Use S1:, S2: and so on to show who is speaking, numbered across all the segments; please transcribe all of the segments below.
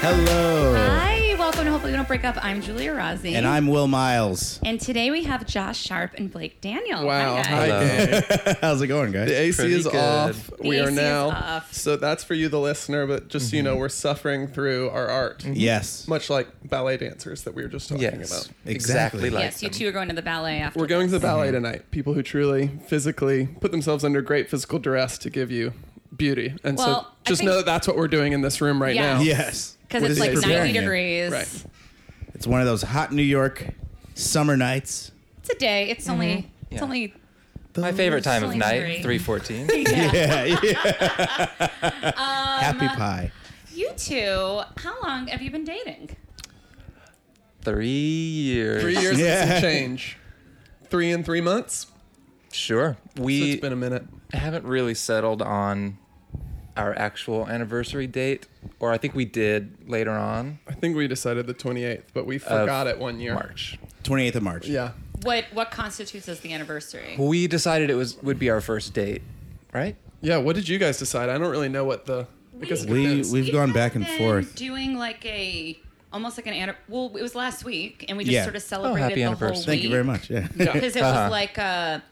S1: Hello.
S2: Hi, welcome to Hopefully We Don't Break Up. I'm Julia Rossi.
S1: And I'm Will Miles.
S2: And today we have Josh Sharp and Blake Daniel.
S3: Wow.
S2: Hi, guys.
S3: Hi, Dave.
S1: How's it going,
S3: The
S1: guys?
S3: AC
S4: Pretty
S3: is
S4: good.
S3: off.
S2: The
S3: we
S2: AC
S3: are
S2: is
S3: now.
S2: off.
S3: So that's for you, the listener, but just, so you know, we're suffering through our art.
S1: Mm-hmm. Yes.
S3: Much like ballet dancers that we were just talking about.
S1: Exactly.
S4: exactly like
S2: Yes, you two are going to the ballet after.
S3: We're going to the ballet tonight. People who truly physically put themselves under great physical duress to give you beauty. And
S2: Well, I
S3: so just
S2: think-
S3: know that that's what we're doing in this room right
S2: Yeah.
S3: now.
S1: Yes.
S2: because
S1: What
S2: it's
S1: is
S2: like
S1: it
S2: 90
S1: preparing you?
S2: degrees.
S3: Right.
S1: It's one of those hot New York summer nights.
S2: It's a day. It's only. It's
S4: Yeah.
S2: only.
S4: my favorite time of
S2: Only
S4: night,
S2: three.
S4: three fourteen.
S2: Yeah. Um,
S1: Yeah. yeah. Happy pie.
S2: You two, how long have you been dating?
S4: Three years.
S3: Three years and
S1: Yeah.
S3: some change. Three and three months.
S4: Sure.
S3: So
S4: We
S3: it's been a minute.
S4: haven't really settled on our actual anniversary date, or I think we did later on.
S3: I think we decided the 28th, but we forgot it one year.
S4: March.
S1: 28th of March.
S3: Yeah.
S2: What What constitutes as the anniversary?
S4: We decided it was would be our first date, right?
S3: Yeah. What did you guys decide? I don't really know what the. Because it
S1: We-
S3: depends.
S1: We've gone back and
S2: been
S1: forth.
S2: Doing like a almost like an anni- well, it was last week, and we just
S1: Yeah.
S2: sort of
S1: Oh,
S2: celebrated
S4: happy
S2: the whole
S4: anniversary.
S1: Thank you
S2: week.
S1: very much. Yeah.
S3: Yeah.
S2: because it
S4: Uh-huh.
S2: was like a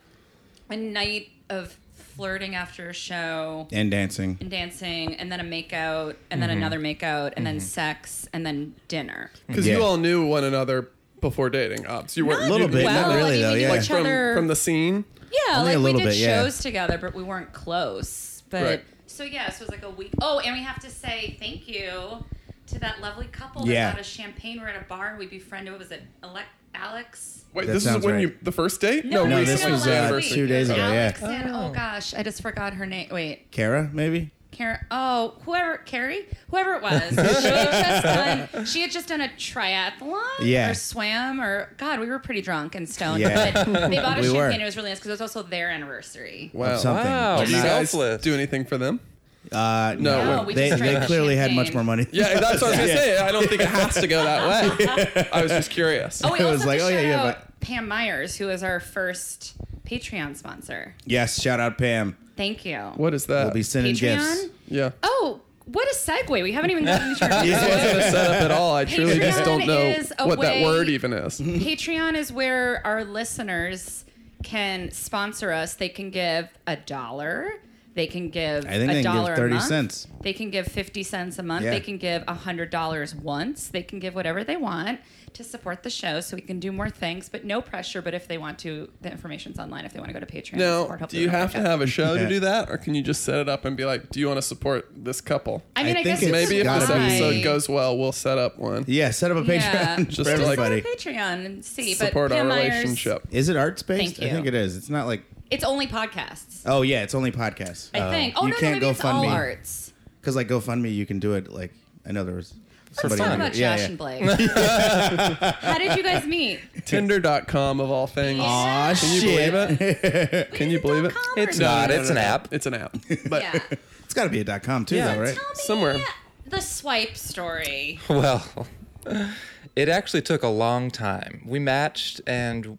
S2: a night of flirting after a show
S1: and dancing.
S2: and dancing and then a makeout
S1: Mm-hmm.
S2: and then another makeout and then sex and then dinner.
S3: Because
S1: Yeah.
S3: you all knew one another before dating, Ops. You weren't
S1: Not little
S3: you-
S1: bit,
S3: you-
S1: not really,
S2: I mean,
S1: though,
S2: we knew
S1: yeah.
S3: like
S2: each
S3: from,
S2: other,
S3: from the scene.
S2: yeah,
S1: Only
S2: like
S1: a little
S2: we did
S1: bit, yeah.
S2: shows together, but we weren't close. But
S3: Right.
S2: so yeah, so it was like a week. Oh, and we have to say thank you to that lovely couple that
S1: Yeah.
S2: got us champagne. We're at a bar and we befriended. What was it, Ale- Alex?
S3: Wait,
S1: That
S3: this is
S1: sounds
S3: when
S1: right.
S3: you the first date?
S1: No,
S2: we
S1: this
S2: did it
S3: recently.
S1: was,
S2: last
S1: uh,
S2: week.
S1: two days ago, yeah.
S2: Alex and oh gosh, I just forgot her name. Wait,
S1: Kara, maybe?
S2: Karen, oh, whoever, Carrie, whoever it was, she had just done, she had just done a triathlon
S1: Yeah.
S2: or swam or God, we were pretty drunk and stoned.
S1: Yeah.
S2: But they bought us
S1: We were.
S2: champagne. It was really nice because it was also their anniversary.
S1: Or
S3: Oh, Wow.
S1: something.
S4: Wow.
S1: But
S3: Did you
S1: not-
S3: guys
S4: Selfless.
S3: do anything for them?
S1: Uh, no,
S3: No,
S2: we
S1: they,
S2: just drank
S1: they clearly had much
S2: champagne.
S1: more money.
S3: Yeah, that's what I was gonna
S1: Yeah.
S3: say. I don't think it has to go that way. I was just curious.
S2: Oh, we
S1: It
S2: also
S1: was
S2: have
S1: like,
S2: to
S1: oh,
S2: shout
S1: yeah, yeah,
S2: out Pam Myers, who is our first Patreon sponsor.
S1: Yes, shout out Pam.
S2: Thank you.
S3: What is that?
S1: We'll be sending
S2: Patreon?
S1: gifts.
S3: yeah.
S2: Oh, what a segue. We haven't even gotten to our
S3: This wasn't a setup at all. I truly just
S2: Patreon
S3: don't know
S2: is a
S3: what that
S2: way-
S3: word even is.
S2: Patreon is where our listeners can sponsor us. They can give a dollar. They can give
S1: I think
S2: a
S1: they can give
S2: dollar
S1: 30
S2: a month.
S1: cents.
S2: They can give 50 cents a month.
S1: Yeah.
S2: They can give $100 once. They can give whatever they want to support the show so we can do more things, but no pressure. But if they want to, the information's online if they want to go to Patreon. and
S3: Now,
S2: support Help
S3: do
S2: the
S3: you
S2: Remote
S3: have to
S2: Podcast.
S3: have a show
S1: Yeah.
S3: to do that, or can you just set it up and be like, "Do you want to support this couple"?
S2: I mean,
S1: I
S2: I,
S1: think
S2: guess
S1: it's
S3: Maybe if this
S1: gotta be-
S3: episode goes well, we'll set up one.
S1: Yeah, set up a Patreon
S2: Yeah.
S1: for
S3: Just like-
S1: everybody.
S2: Patreon and see.
S3: Support
S2: but
S3: our
S2: Pam Myers-
S3: relationship.
S1: Is it arts based?
S2: Thank you.
S1: I think it is. It's not like
S2: It's only podcasts.
S1: oh yeah, it's only podcasts.
S2: I think. Oh
S1: you
S2: no, no,
S1: can't
S2: maybe
S1: go
S2: it's
S1: fund
S2: all
S1: me.
S2: arts.
S1: because like GoFundMe, you can do it. Like I know there was
S2: Let's
S1: somebody.
S2: talk
S1: on
S2: about
S1: it. Yeah,
S2: Josh
S1: yeah.
S2: and Blake. How did you guys meet?
S3: Tinder.com of all things.
S1: Aw,
S2: Can
S3: Can you
S1: shit.
S3: believe it? Can you believe it?
S2: .com or
S4: It's
S2: no?
S4: not. it's an app.
S3: It's an app. But
S2: Yeah.
S1: It's got to be a dot com too,
S4: Yeah.
S1: though, right?
S2: Tell me
S3: Somewhere.
S2: the swipe story.
S4: Hmm. Well, it actually took a long time. We matched and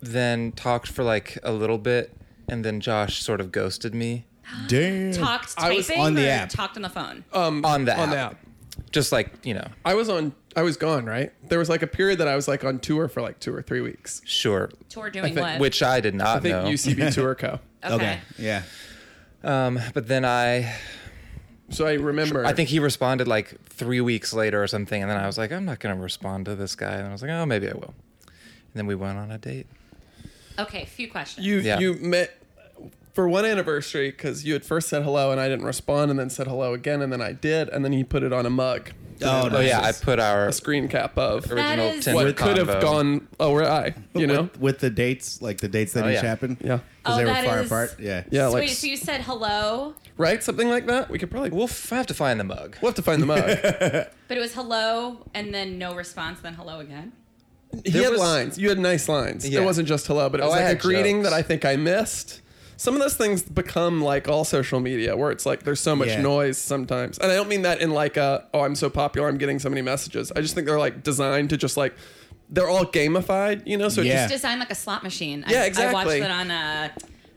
S4: then talked for like a little bit, and then Josh sort of ghosted me.
S1: Damn.
S2: Talked
S3: I
S2: typing
S3: was
S1: on the
S2: or
S1: app.
S2: talked on the phone.
S3: um,
S4: On the
S3: on
S4: app.
S3: the app.
S4: Just like, you know,
S3: I was on. I was gone. Right. There was like a period that I was like on tour for like two or three weeks.
S4: sure.
S2: Tour doing
S3: think-
S2: what?
S4: Which I did not
S3: I think
S4: know.
S3: UCB Tour Co.
S2: okay.
S1: Yeah.
S4: Um, but then I
S3: So I remember.
S4: I think he responded like three weeks later or something, and then I was like, I'm not gonna respond to this guy, and I was like, oh, maybe I will. And then we went on a date.
S2: Okay. Few questions.
S3: you
S4: Yeah.
S3: you met for one anniversary because you had first said hello and I didn't respond, and then said hello again, and then I did, and then he put it on a mug,
S1: Oh,
S4: Oh yeah, I put our
S3: a screen cap of
S2: That
S4: original
S2: is-
S4: Tinder
S3: what could have
S4: convo.
S3: gone. Oh, where I, you know.
S1: with, with the dates, like the dates that
S4: Oh,
S1: each
S4: yeah.
S1: happened.
S3: Yeah.
S1: Because
S2: Oh,
S1: they were
S2: that
S1: far
S2: is-
S1: apart. Yeah.
S3: Yeah, like
S2: Wait. So you said hello,
S3: right, something like that. We could probably we'll,
S4: We'll f- have to find the mug.
S3: we'll have to find the mug.
S2: but it was hello and then no response, then hello again.
S3: He
S4: There
S3: had
S4: was-
S3: lines. You had nice lines.
S4: Yeah.
S3: It wasn't just hello, but it was
S4: Oh, I
S3: like a
S4: had
S3: greeting
S4: jokes.
S3: that I think I missed. Some of those things become like all social media, where it's like there's so much
S1: Yeah.
S3: noise sometimes. And I don't mean that in like a oh I'm so popular, I'm getting so many messages. I just think they're like designed to just like they're all gamified, you know. So it
S1: Yeah.
S2: It's designed like a slot machine. I,
S3: Yeah,
S2: I watched
S3: exactly.
S2: that on uh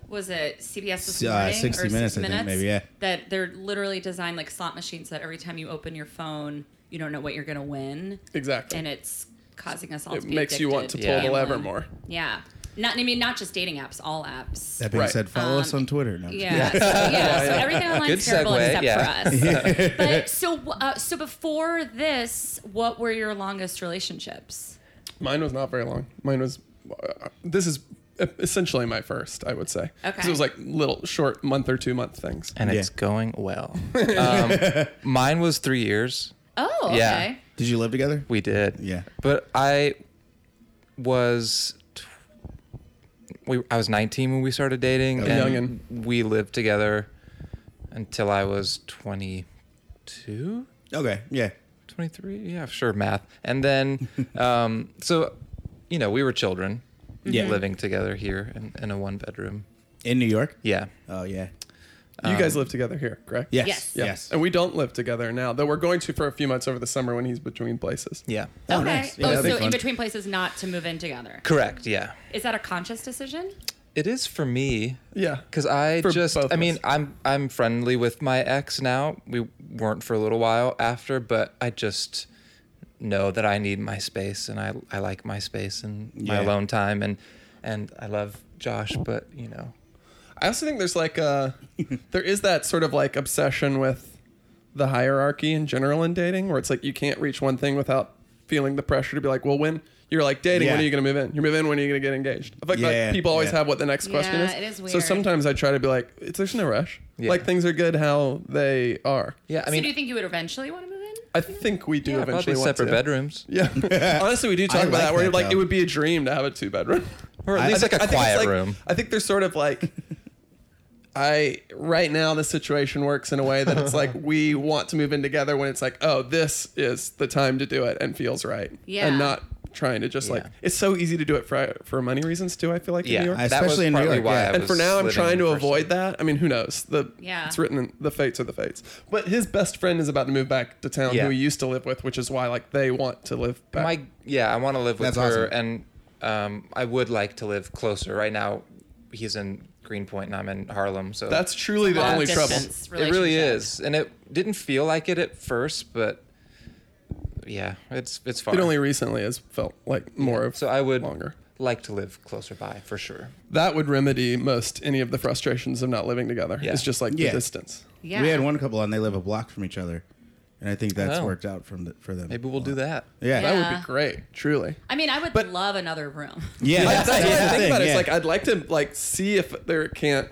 S2: was it CBS this
S1: Uh,
S2: morning
S1: 60
S2: or
S1: Minutes, I think, maybe, yeah.
S2: That they're literally designed like slot machines. That every time you open your phone, you don't know what you're gonna win,
S3: Exactly.
S2: and it's causing us all.
S3: it
S2: to be
S3: makes you want to
S2: addicted
S3: pull
S4: Yeah.
S3: the lever
S2: gambling.
S3: more.
S2: Yeah, not I mean not just dating apps, all apps.
S1: That being
S3: Right.
S1: said, follow us on Twitter. No, I'm kidding.
S2: Um, yeah, so, yeah, so everything online
S4: Good
S2: is terrible
S4: segue,
S2: except
S4: yeah.
S2: for us. but so, uh, so before this, what were your longest relationships?
S3: Mine was not very long. Mine was. Uh, this is essentially my first, I would say. 'Cause
S2: Okay.
S3: It was like little short month or two month things.
S4: and
S1: Yeah.
S4: it's going well. Um, mine was three years.
S2: Oh, okay.
S4: Yeah.
S1: Did you live together?
S4: We did.
S1: Yeah.
S4: But I was tw- we I was 19 when we started dating
S1: Okay.
S4: and we lived together until I was 22,
S1: Okay. Yeah.
S4: 23. Yeah, sure math. And then um so you know, we were children
S1: Yeah.
S4: living together here in, in a one bedroom.
S1: In New York.
S4: Yeah.
S1: Oh yeah.
S3: you guys
S4: Um,
S3: live together here, correct?
S1: Yes.
S2: Yes.
S1: Yes.
S3: Yeah. And we don't live together now, though we're going to for a few months over the summer when he's between places.
S4: Yeah.
S1: Oh,
S2: okay.
S1: nice. Yeah,
S2: oh,
S1: that'd be
S2: so in
S1: fun.
S2: between places, not to move in together.
S4: Correct, yeah.
S2: Is that a conscious decision?
S4: It is for me.
S3: Yeah.
S4: Because I
S3: For
S4: just,
S3: both of
S4: I mean,
S3: us.
S4: I'm I'm friendly with my ex now. We weren't for a little while after, but I just know that I need my space, and I I like my space and my
S1: Yeah.
S4: alone time, and and I love Josh, but you know,
S3: I also think there's like a there is that sort of like obsession with the hierarchy in general in dating where it's like you can't reach one thing without feeling the pressure to be like, well, when you're like dating, when
S1: Yeah.
S3: are you gonna move in? You move in, when are you gonna get engaged? I feel like, like,
S1: Yeah,
S3: people always
S1: yeah.
S3: have what the next question
S2: Yeah,
S3: is.
S2: it is
S3: So
S2: weird.
S3: sometimes I try to be like, it's, there's no rush.
S4: Yeah.
S3: Like things are good how they are.
S4: yeah. I
S2: so
S4: mean,
S2: do you think you would eventually want to move in?
S3: I think we do
S4: yeah,
S3: eventually
S4: probably
S3: want
S4: separate
S3: to.
S4: bedrooms,
S3: Yeah. Honestly, we do talk
S1: I
S3: about
S1: like
S3: that. Where
S1: that,
S3: like it
S1: though.
S3: would be a dream to have a two bedroom.
S4: or at
S1: I-
S4: least
S1: I
S4: like a
S3: I think it's
S4: quiet
S3: like-
S4: room.
S3: I think there's sort of like I right now the situation works in a way that it's like we want to move in together when it's like, oh, this is the time to do it and feels right.
S2: Yeah.
S3: And not trying to just like
S4: Yeah.
S3: it's so easy to do it for for money reasons too, I feel like in New
S4: Yeah,
S3: York.
S1: I-
S4: that was
S1: Especially in New
S4: partly
S1: York,
S4: why
S1: yeah.
S4: I
S3: and for
S4: was
S3: now I'm
S4: living
S3: trying to
S4: in person.
S3: avoid that. I mean, who knows? The
S2: Yeah.
S3: it's written in the fates of the fates. But his best friend is about to move back to town
S4: Yeah.
S3: who he used to live with, which is why like they want to live back.
S4: My yeah, I want to live with
S1: That's
S4: her,
S1: awesome.
S4: and um, I would like to live closer. Right now, he's in Greenpoint, and I'm in Harlem, so
S3: That's truly the
S2: Long
S3: only trouble.
S2: distance
S4: It really
S2: relationship.
S4: is, and it didn't feel like it at first, but yeah, it's it's far.
S3: It only recently has felt like more of
S4: so I would
S3: longer.
S4: like to live closer by for sure.
S3: that would remedy most any of the frustrations of not living together.
S4: Yeah.
S3: It's just like
S1: Yeah.
S3: the distance.
S2: Yeah.
S1: We had one couple and they live a block from each other, and I think that's
S4: Oh.
S1: worked out from the, for them.
S4: Maybe we'll do that.
S1: Yeah. Yeah.
S2: Yeah.
S3: That would be great, truly.
S2: I mean, I would
S3: But-
S2: love another room.
S1: that's,
S3: That's what I
S1: the
S3: think
S1: thing,
S3: about. it.
S1: yeah.
S3: It's like I'd like to like see if there can't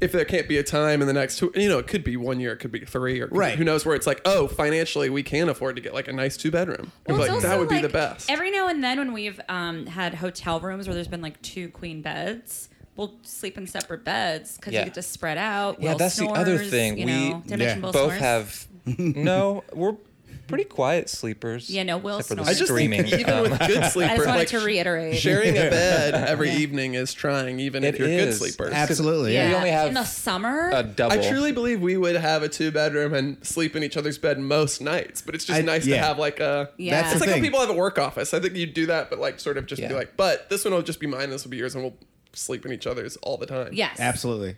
S3: if there can't be a time in the next two, you know, it could be one year, it could be three, or it could be-
S1: Right.
S3: who knows where it's like, oh, financially we can afford to get like a nice two bedroom.
S2: Well, it's
S3: like that
S2: also,
S3: would be the
S2: like,
S3: best.
S2: Every now and then, when we've um, had hotel rooms where there's been like two queen beds, we'll sleep in separate beds because
S4: Yeah.
S2: you get to spread out.
S4: Yeah,
S2: Will
S4: that's the other
S2: snores,
S4: thing.
S2: You
S4: We
S2: know, Dimension
S1: Yeah.
S2: Will
S4: Both
S2: snores.
S4: have no. We're pretty quiet sleepers.
S2: Yeah, no, Will
S4: except for the
S2: snores. I just
S4: screaming.
S3: even
S4: Um,
S3: with good sleepers,
S2: I just wanted
S3: like,
S2: to reiterate.
S3: sharing a bed every evening is trying, even if
S4: It
S3: you're good
S4: is.
S3: sleepers.
S1: Absolutely.
S2: yeah.
S1: Yeah.
S4: We only have
S2: in the summer.
S4: a double.
S3: I truly believe we would have a two bedroom and sleep in each other's bed most nights, but it's just
S1: I-
S3: nice to
S1: yeah.
S3: have like a.
S2: Yeah. That's
S1: the
S3: It's like
S1: thing.
S3: how people have a work office. I think you do that, but like sort of just be
S4: Yeah.
S3: like, but this one will just be mine, this will be yours, and we'll sleep in each other's all the time.
S2: yes,
S1: Absolutely.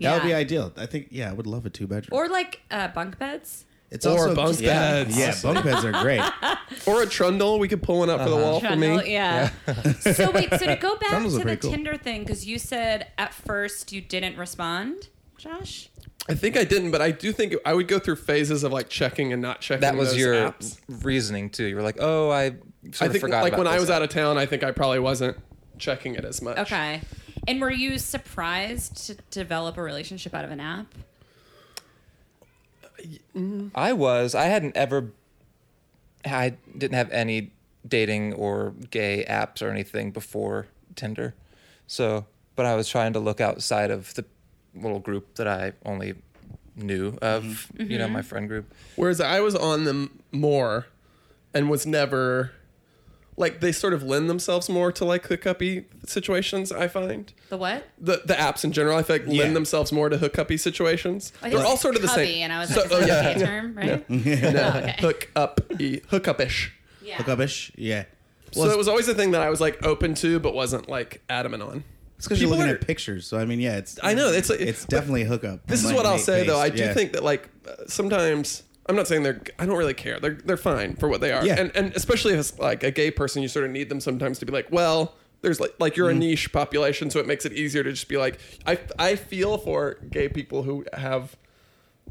S1: That would
S2: Yeah.
S1: be ideal. I think. Yeah, I would love a two bedroom.
S2: Or like uh, bunk beds.
S1: it's
S3: Or
S1: also
S3: bunk
S1: just-
S3: beds.
S1: Yeah,
S4: Awesome.
S1: bunk beds are great.
S3: Or a trundle. We could pull one up for the wall for me.
S2: Trundle, yeah. so wait, so to go back
S1: Trundles are
S2: to the
S1: pretty cool.
S2: Tinder thing, because you said at first you didn't respond, Josh.
S3: I think I didn't, but I do think I would go through phases of like checking and not checking.
S4: That was
S3: those
S4: your
S3: apps.
S4: reasoning too. You were like, "Oh,
S3: I
S4: I sort of
S3: think
S4: forgot."
S3: like
S4: about
S3: when I
S4: this.
S3: was out of town, I think I probably wasn't checking it as much.
S2: Okay. And were you surprised to develop a relationship out of an app?
S4: I was. I hadn't ever. I didn't have any dating or gay apps or anything before Tinder, so. But I was trying to look outside of the little group that I only knew of. You know, my friend group.
S3: Whereas I was on them more and was never like they sort of lend themselves more to like hookup-y situations, I find.
S2: The what?
S3: The the apps in general, I feel like
S1: Yeah.
S3: lend themselves more to hookup-y situations.
S2: I
S3: They're
S2: think
S3: all
S2: it's
S3: sort of the
S2: cubby,
S3: same.
S2: And I was
S3: So-
S2: like,
S3: oh,
S2: is that a
S3: yeah. Mm-hmm.
S2: gay term, right? Oh, okay.
S3: Hook up hookup-ish.
S2: Yeah.
S1: Hookupish. Yeah.
S3: so it was always a thing that I was like open to but wasn't like adamant on.
S1: It's because you're
S3: People
S1: looking
S3: are-
S1: at pictures. So I mean, yeah, it's
S3: I know, it's like-
S1: it's definitely a hookup.
S3: This is
S1: Like,
S3: what I'll
S1: Nate
S3: say though.
S1: Pace,
S3: I do
S1: yeah.
S3: think that like uh, sometimes I'm not saying they're. I don't really care. They're they're fine for what they are.
S1: Yeah.
S3: And and especially as like a gay person, you sort of need them sometimes to be like, well, there's like like
S1: Mm-hmm.
S3: you're a niche population, so it makes it easier to just be like, I I feel for gay people who have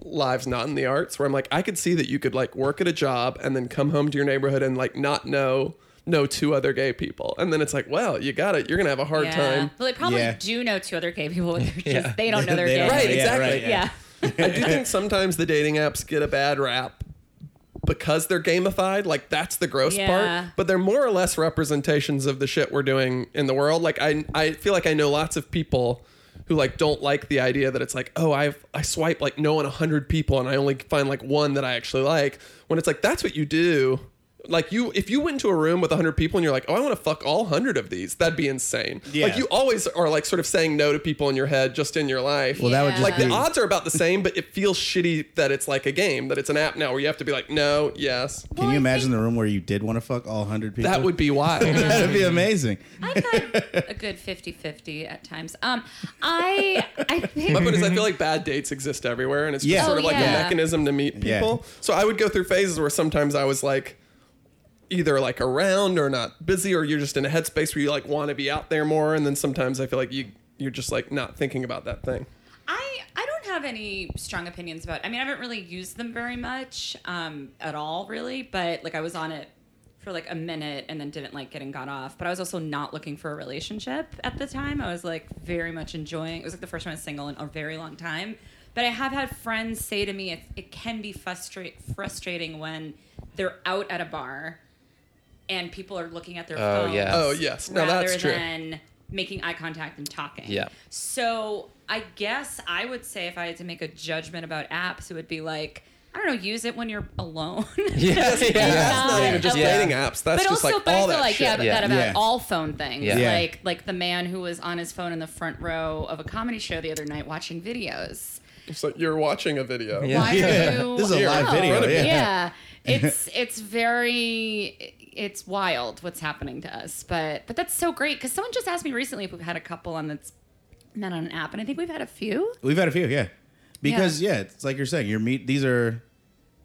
S3: lives not in the arts where I'm like I could see that you could like work at a job and then come home to your neighborhood and like not know know two other gay people and then it's like well you got it you're gonna have a hard
S2: yeah.
S3: time
S2: Well, they probably
S1: Yeah.
S2: do know two other gay people. They're just,
S4: Yeah.
S2: They don't know they're
S1: They
S2: gay.
S1: don't know.
S3: Right, exactly.
S2: Yeah.
S3: I do think sometimes the dating apps get a bad rap because they're gamified. Like that's the gross
S2: Yeah.
S3: part. But they're more or less representations of the shit we're doing in the world. Like I I feel like I know lots of people who like don't like the idea that it's like, oh, I've I swipe like no one hundred people and I only find like one that I actually like. When it's like that's what you do. Like you, if you went into a room with hundred people and you're like, "Oh, I want to fuck all hundred of these," that'd be insane. Like
S1: Yeah.
S3: you always are like sort of saying no to people in your head, just in your life.
S1: Well, that would just
S3: like the
S1: be-
S3: odds are about the same, but it feels shitty that it's like a game, that it's an app now where you have to be like, no, yes.
S1: Can you imagine the room where you did want to fuck all hundred people?
S3: That would be wild.
S1: That'd be amazing.
S2: I've had a good 50-50 at times. Um, I I think
S3: My point is, I feel like bad dates exist everywhere, and it's just
S1: Yeah.
S3: sort
S1: Oh,
S3: of like
S2: yeah.
S3: a mechanism to meet
S1: Yeah.
S3: people. So I would go through phases where sometimes I was like, either like around or not busy, or you're just in a headspace where you like want to be out there more, and then sometimes I feel like you you're just like not thinking about that thing.
S2: I I don't have any strong opinions about. I mean, I haven't really used them very much um, at all, really. But like, I was on it for like a minute and then didn't like it and got off. But I was also not looking for a relationship at the time. I was like very much enjoying. It was like the first time I was single in a very long time. But I have had friends say to me, it, it can be frustrate, frustrating when they're out at a bar and people are looking at their
S4: Oh,
S2: phones.
S4: yeah.
S3: Oh yes, no,
S2: rather
S3: that's true.
S2: than making eye contact and talking.
S4: Yeah.
S2: So I guess I would say if I had to make a judgment about apps, it would be like I don't know, use it when you're alone.
S4: Yes,
S3: That's not
S2: Yeah.
S3: even just
S4: Yeah.
S3: dating apps.
S2: but
S3: That's just
S2: also,
S3: like
S2: but I
S3: all
S2: feel
S3: that
S2: like
S3: shit.
S2: yeah, but
S4: Yeah.
S2: that about
S1: Yeah.
S2: all phone things.
S4: Yeah.
S1: Yeah.
S2: Like like the man who was on his phone in the front row of a comedy show the other night watching videos.
S3: It's like you're watching a video.
S4: Yeah.
S2: Why
S1: Yeah.
S2: are you?
S1: This is a live
S2: Oh.
S1: video, yeah.
S2: It's it's very it's wild what's happening to us, but but that's so great because someone just asked me recently if we've had a couple on that's met on an app, and I think we've had a few.
S1: We've had a few, yeah. Because yeah, it's like you're saying, you're meet. These are,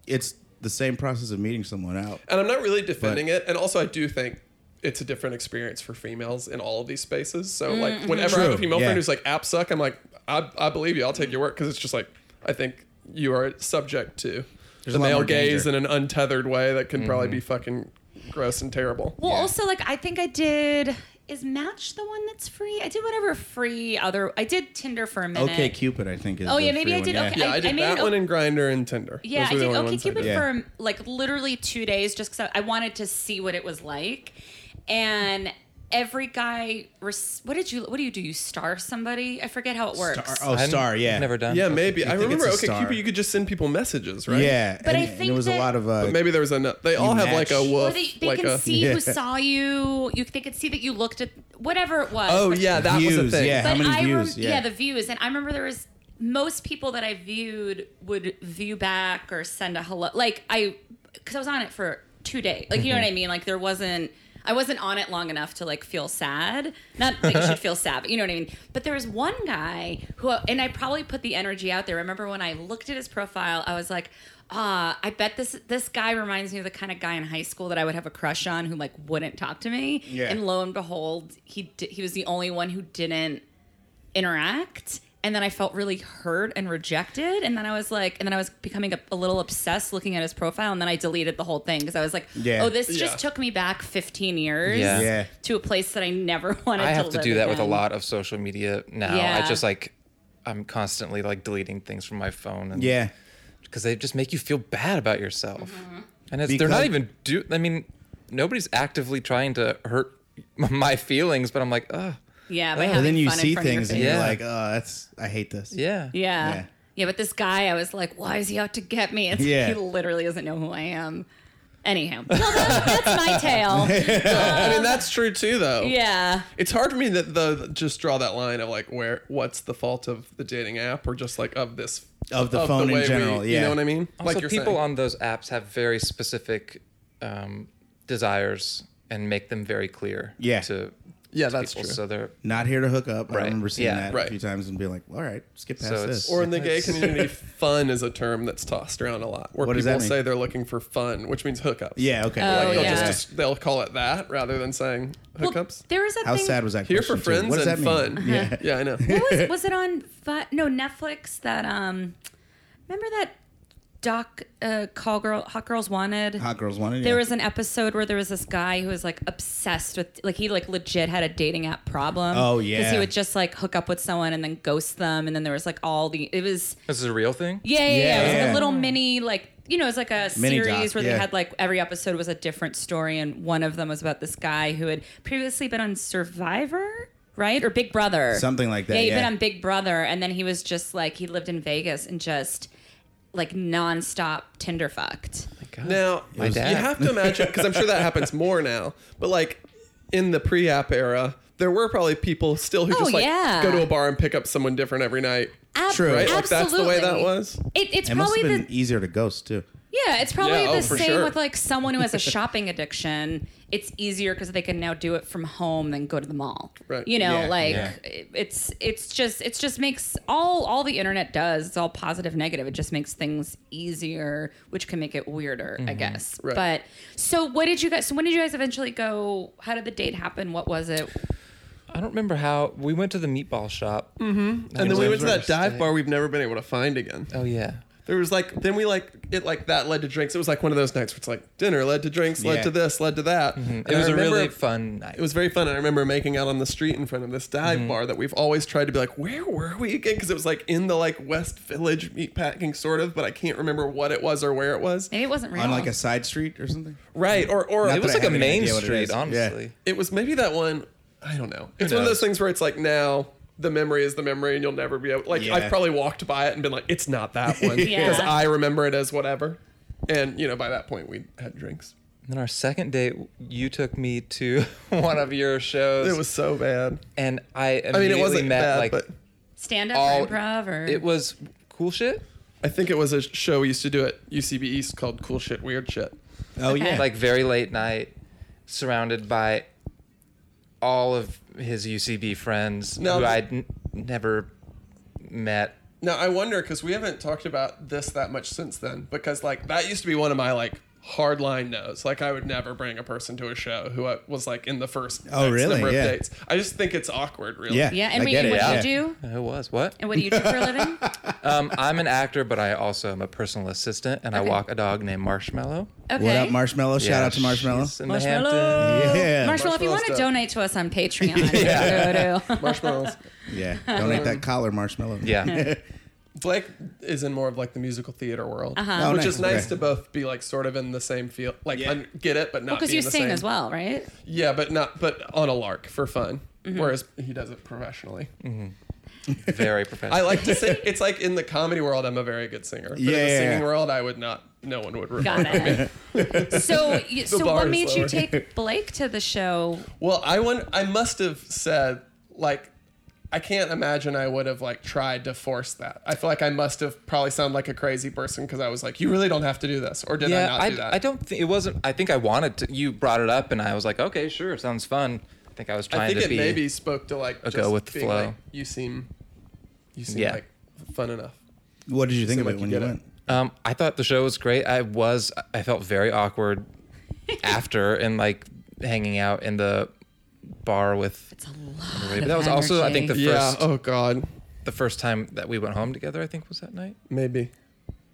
S1: it's the same process of meeting someone out.
S3: And I'm not really defending it. And also, I do think it's a different experience for females in all of these spaces. So, like,
S2: Mm-hmm.
S3: whenever I have a
S1: True,
S3: female
S1: yeah.
S3: friend who's like, apps suck, I'm like, I, I believe you. I'll take your work. Because it's just like, I think you are subject to
S1: There's a
S3: the
S1: lot
S3: male
S1: more
S3: gaze
S1: danger. Mm-hmm.
S3: in an untethered way that can probably be fucking gross and terrible.
S2: Well, also like I think I did. Is Match the one that's free? I did whatever free other. I did Tinder for a minute.
S1: Okay, Cupid, I think is.
S2: Oh,
S1: the
S2: yeah, maybe
S1: free
S2: I
S1: one,
S2: did,
S1: Yeah.
S2: okay.
S3: yeah,
S2: I-
S3: I,
S2: I
S3: did
S2: made
S3: that
S2: o-
S3: one in Grinder and Tinder.
S2: Yeah, I
S3: Those were
S2: did
S3: the only ones I
S2: OkCupid
S3: did.
S1: Yeah.
S2: for like literally two days just because I wanted to see what it was like, and every guy. Res- what did you? What do you do? You star somebody? I forget how it works.
S1: Star, oh, star, yeah,
S4: Never done.
S3: Yeah, maybe. I,
S1: think
S3: remember
S1: it's a star.
S3: OkCupid, you could just send people messages, right?
S1: yeah.
S2: But
S1: and,
S2: I
S1: and
S2: think
S1: there was
S2: that-
S1: a lot of uh,
S3: But maybe there was a. They all have like a
S1: match.
S3: wolf.
S2: Or they, they
S3: like
S2: can
S3: a,
S2: see who
S1: Yeah.
S2: saw you. You they could see that you looked at whatever it was.
S3: Oh,
S2: But-
S3: yeah, that was
S1: Views,
S3: a thing.
S1: yeah.
S2: But
S1: How many
S2: I
S1: views?
S2: Rem- yeah.
S1: Yeah.
S2: the views. And I remember there was most people that I viewed would view back or send a hello. Like I, because I was on it for two days. Like you know what
S1: Mm-hmm.
S2: I mean. Like there wasn't. I wasn't on it long enough to like feel sad. Not that you should feel sad, but you know what I mean. But there was one guy who, and I probably put the energy out there. Remember when I looked at his profile, I was like, ah, I bet this this guy reminds me of the kind of guy in high school that I would have a crush on who like wouldn't talk to me.
S1: Yeah.
S2: And lo and behold, he di- he was the only one who didn't interact and then i felt really hurt and rejected and then i was like and then i was becoming a, a little obsessed looking at his profile and then i deleted the whole thing because i was like
S1: Yeah.
S2: oh this
S3: Yeah.
S2: just took me back 15 years
S4: Yeah.
S1: Yeah.
S2: to a place that i never wanted
S4: I have
S2: to
S4: to
S2: live
S4: do that with a
S2: again.
S4: lot of social media now.
S2: Yeah.
S4: I just like I'm constantly like deleting things from my phone and
S1: yeah.
S4: because they just make you feel bad about yourself. And it's, they're
S1: Because-
S4: not even do I mean nobody's actively trying to hurt my feelings, but I'm like, "Ugh,
S2: yeah by
S1: But
S4: Oh. But
S2: having
S1: then you
S2: fun in
S1: see
S2: front of your
S1: things and
S2: face.
S4: Yeah.
S1: you're like, oh, that's I hate this.
S4: yeah.
S2: yeah. yeah
S1: Yeah.
S2: but this guy i was like why is he out to get me it's
S1: Yeah.
S2: he literally doesn't know who i am anyhow well, that's, that's my tale
S3: I mean, that's true too, though.
S2: yeah
S3: It's hard for me that the just draw that line of like where what's the fault of the dating app or just like of this
S1: Of the phone in
S3: way
S1: general,
S3: you
S1: yeah.
S3: know what I mean.
S4: Also,
S3: like you're
S4: people
S3: saying.
S4: on those apps have very specific um, desires and make them very clear
S1: Yeah.
S4: to
S3: Yeah,
S4: to
S3: that's
S4: people,
S3: true.
S4: So they're
S1: Not here to hook up. I
S4: Right.
S1: remember seeing
S4: Yeah.
S1: that
S3: Right.
S1: a few times and being like, all right, skip past
S4: So it's-
S1: this.
S3: Or in the gay
S4: Nice.
S3: community, fun is a term that's tossed around a lot, where
S1: What does that
S3: people
S1: mean?
S3: say they're looking for fun, which means hookups.
S1: yeah, okay.
S2: Oh,
S3: Like,
S1: yeah.
S3: they'll,
S2: yeah.
S3: just, they'll call it that rather than saying
S2: Well,
S3: hookups.
S2: there was a
S1: How
S2: thing.
S1: sad was that?
S3: Here for
S1: question, too?
S3: friends
S1: What does
S3: and
S1: that mean?
S3: fun. Yeah. I know.
S2: What was was it on? Fi- no, Netflix. That um, remember that doc uh, call girl hot girls wanted.
S1: Hot girls wanted.
S2: There
S1: yeah.
S2: was an episode where there was this guy who was like obsessed with like he like legit had a dating app problem.
S1: Oh,
S2: because
S1: yeah.
S2: he would just like hook up with someone and then ghost them, and then there was like all the it was
S4: this is a real thing.
S2: yeah yeah, yeah. it was like
S1: Yeah.
S2: a little mini like you know it was like a
S1: Mini doc,
S2: series where
S1: yeah.
S2: they had like every episode was a different story, and one of them was about this guy who had previously been on Survivor. Right or Big Brother,
S1: Something like that,
S2: Yeah, he'd been
S1: yeah.
S2: on Big Brother, and then he was just like he lived in Vegas and just like nonstop Tinder fucked.
S3: Now,
S4: My dad.
S3: you have to imagine, because I'm sure that happens more now, but like in the pre app era, there were probably people still who
S2: Oh,
S3: just like
S2: yeah.
S3: go to a bar and pick up someone different every night.
S2: Ab-
S1: True.
S3: Right? Like that's the way that
S2: absolutely.
S3: was.
S2: It, it's
S1: It must
S2: probably
S1: have
S2: the
S1: been easier to ghost too.
S2: yeah. It's probably
S3: Yeah, oh,
S2: the
S3: for
S2: same
S3: sure.
S2: with like someone who has a shopping addiction. It's easier because they can now do it from home than go to the mall.
S3: Right.
S2: You know,
S1: Yeah.
S2: like
S4: Yeah.
S2: it- it's it's just it's just makes all all the internet does. It's all positive, negative. It just makes things easier, which can make it weirder, I
S1: Mm-hmm.
S2: guess.
S3: Right.
S2: But so what did you guys? So when did you guys eventually go? How did the date happen? What was it?
S4: I don't remember how we went to the meatball shop. Mm-hmm.
S3: And then we went to that dive bar we've never been able to find again.
S4: Oh yeah.
S3: There was like then we like it like that led to drinks. It was like one of those nights where it's like dinner led to drinks,
S1: Yeah.
S3: led to this, led to that. And
S4: Mm-hmm. It was
S3: I
S4: a
S3: remember-
S4: really fun night.
S3: It was very fun. And I remember making out on the street in front of this dive
S4: Mm-hmm.
S3: bar that we've always tried to be like, where were we again? Because it was like in the like West Village meatpacking sort of, but I can't remember what it was or where it was.
S2: Maybe it wasn't real.
S1: On like a side street or something.
S3: Right. Or or
S1: Not
S4: It was
S1: that I
S4: like a
S1: have any
S4: main
S1: idea what it
S4: street,
S1: is. Yeah.
S4: honestly.
S3: it was maybe that one. I don't know. It's one of
S4: knows?
S3: those things where it's like now the memory is the memory and you'll never be able like
S1: Yeah.
S3: I've probably walked by it and been like it's not that one because
S2: Yeah.
S3: I remember it as whatever. And you know by that point we had drinks.
S4: And then our second date, you took me to one of your shows.
S3: It was so bad.
S4: and
S3: I
S4: I immediately
S3: mean it wasn't
S4: met
S3: bad,
S4: like
S3: but
S2: stand up
S4: all-
S2: or improv or
S4: it was cool shit.
S3: I think it was a show we used to do at UCB East called Cool Shit Weird Shit.
S1: Oh yeah.
S4: Like very late night, surrounded by all of his UCB friends
S3: No,
S4: who
S3: I'm-
S4: I'd n- never met.
S3: Now I wonder because we haven't talked about this that much since then because like that used to be one of my like hardline no's. Like I would never bring a person to a show who I, was like in the first
S1: Oh,
S3: X
S1: really?
S3: number
S1: Yeah.
S3: of dates. I just think it's awkward, really.
S1: yeah.
S2: yeah.
S1: I
S2: And, we,
S1: get
S2: and
S1: it.
S2: what
S1: yeah.
S2: do you do?
S4: Who was what?
S2: And what do you do for a living?
S4: Um, I'm an actor, but I also am a personal assistant, and I
S2: Okay.
S4: walk a dog named Marshmallow.
S2: Okay.
S1: What up, Marshmallow? Shout
S4: Yeah,
S1: out to Marshmallow.
S4: she's in the Hamptons.
S2: Marshmallow.
S1: Yeah.
S2: Marshmallow, if you want to
S3: Marshmallow's dope.
S2: donate to us on Patreon, yeah. go to.
S3: Marshmallows.
S1: Yeah. Donate that collar, Marshmallow.
S4: Yeah.
S3: Blake is in more of like the musical theater world,
S2: Uh-huh.
S1: Oh,
S3: which
S1: nice.
S3: is nice
S1: Okay.
S3: to both be like sort of in the same field, like
S1: Yeah.
S3: un- get it, but not
S2: Because
S3: be
S2: you
S3: in the
S2: sing
S3: same.
S2: as well, right?
S3: Yeah, but not but on a lark for fun.
S2: Mm-hmm.
S3: Whereas he does it professionally.
S1: Mm-hmm.
S4: Very professional.
S3: I like to sing. It's like in the comedy world, I'm a very good singer. But in the
S1: Yeah.
S3: singing world, I would not. No one would.
S2: Got
S3: Remember.
S2: it. so, you, so
S3: bar
S2: what
S3: is
S2: made you
S3: lower.
S2: take Blake to the show?
S3: Well, I won. I must have said like. I can't imagine I would have like tried to force that. I feel like I must have probably sounded like a crazy person because I was like, "You really don't have to do this," or did I
S4: yeah,
S3: not do that?
S4: I, I don't think it wasn't. I think I wanted to. You brought it up, and I was like, okay, sure, sounds fun. I think I was trying
S3: I think
S4: to
S3: it
S4: be.
S3: maybe spoke to like
S4: a
S3: just
S4: go with the
S3: being
S4: flow.
S3: like, you seem, you seem
S4: Yeah.
S3: like fun enough.
S1: What did you think of
S3: Seemed like
S1: it
S3: you
S1: when you
S3: get it.
S1: went?
S4: Um, I thought the show was great. I was. I felt very awkward after and like hanging out in the bar with.
S2: It's a lot.
S4: But
S2: of
S4: that was also, I think, the
S2: energy.
S4: first
S3: Oh God.
S4: the first time that we went home together. I think was that night.
S3: Maybe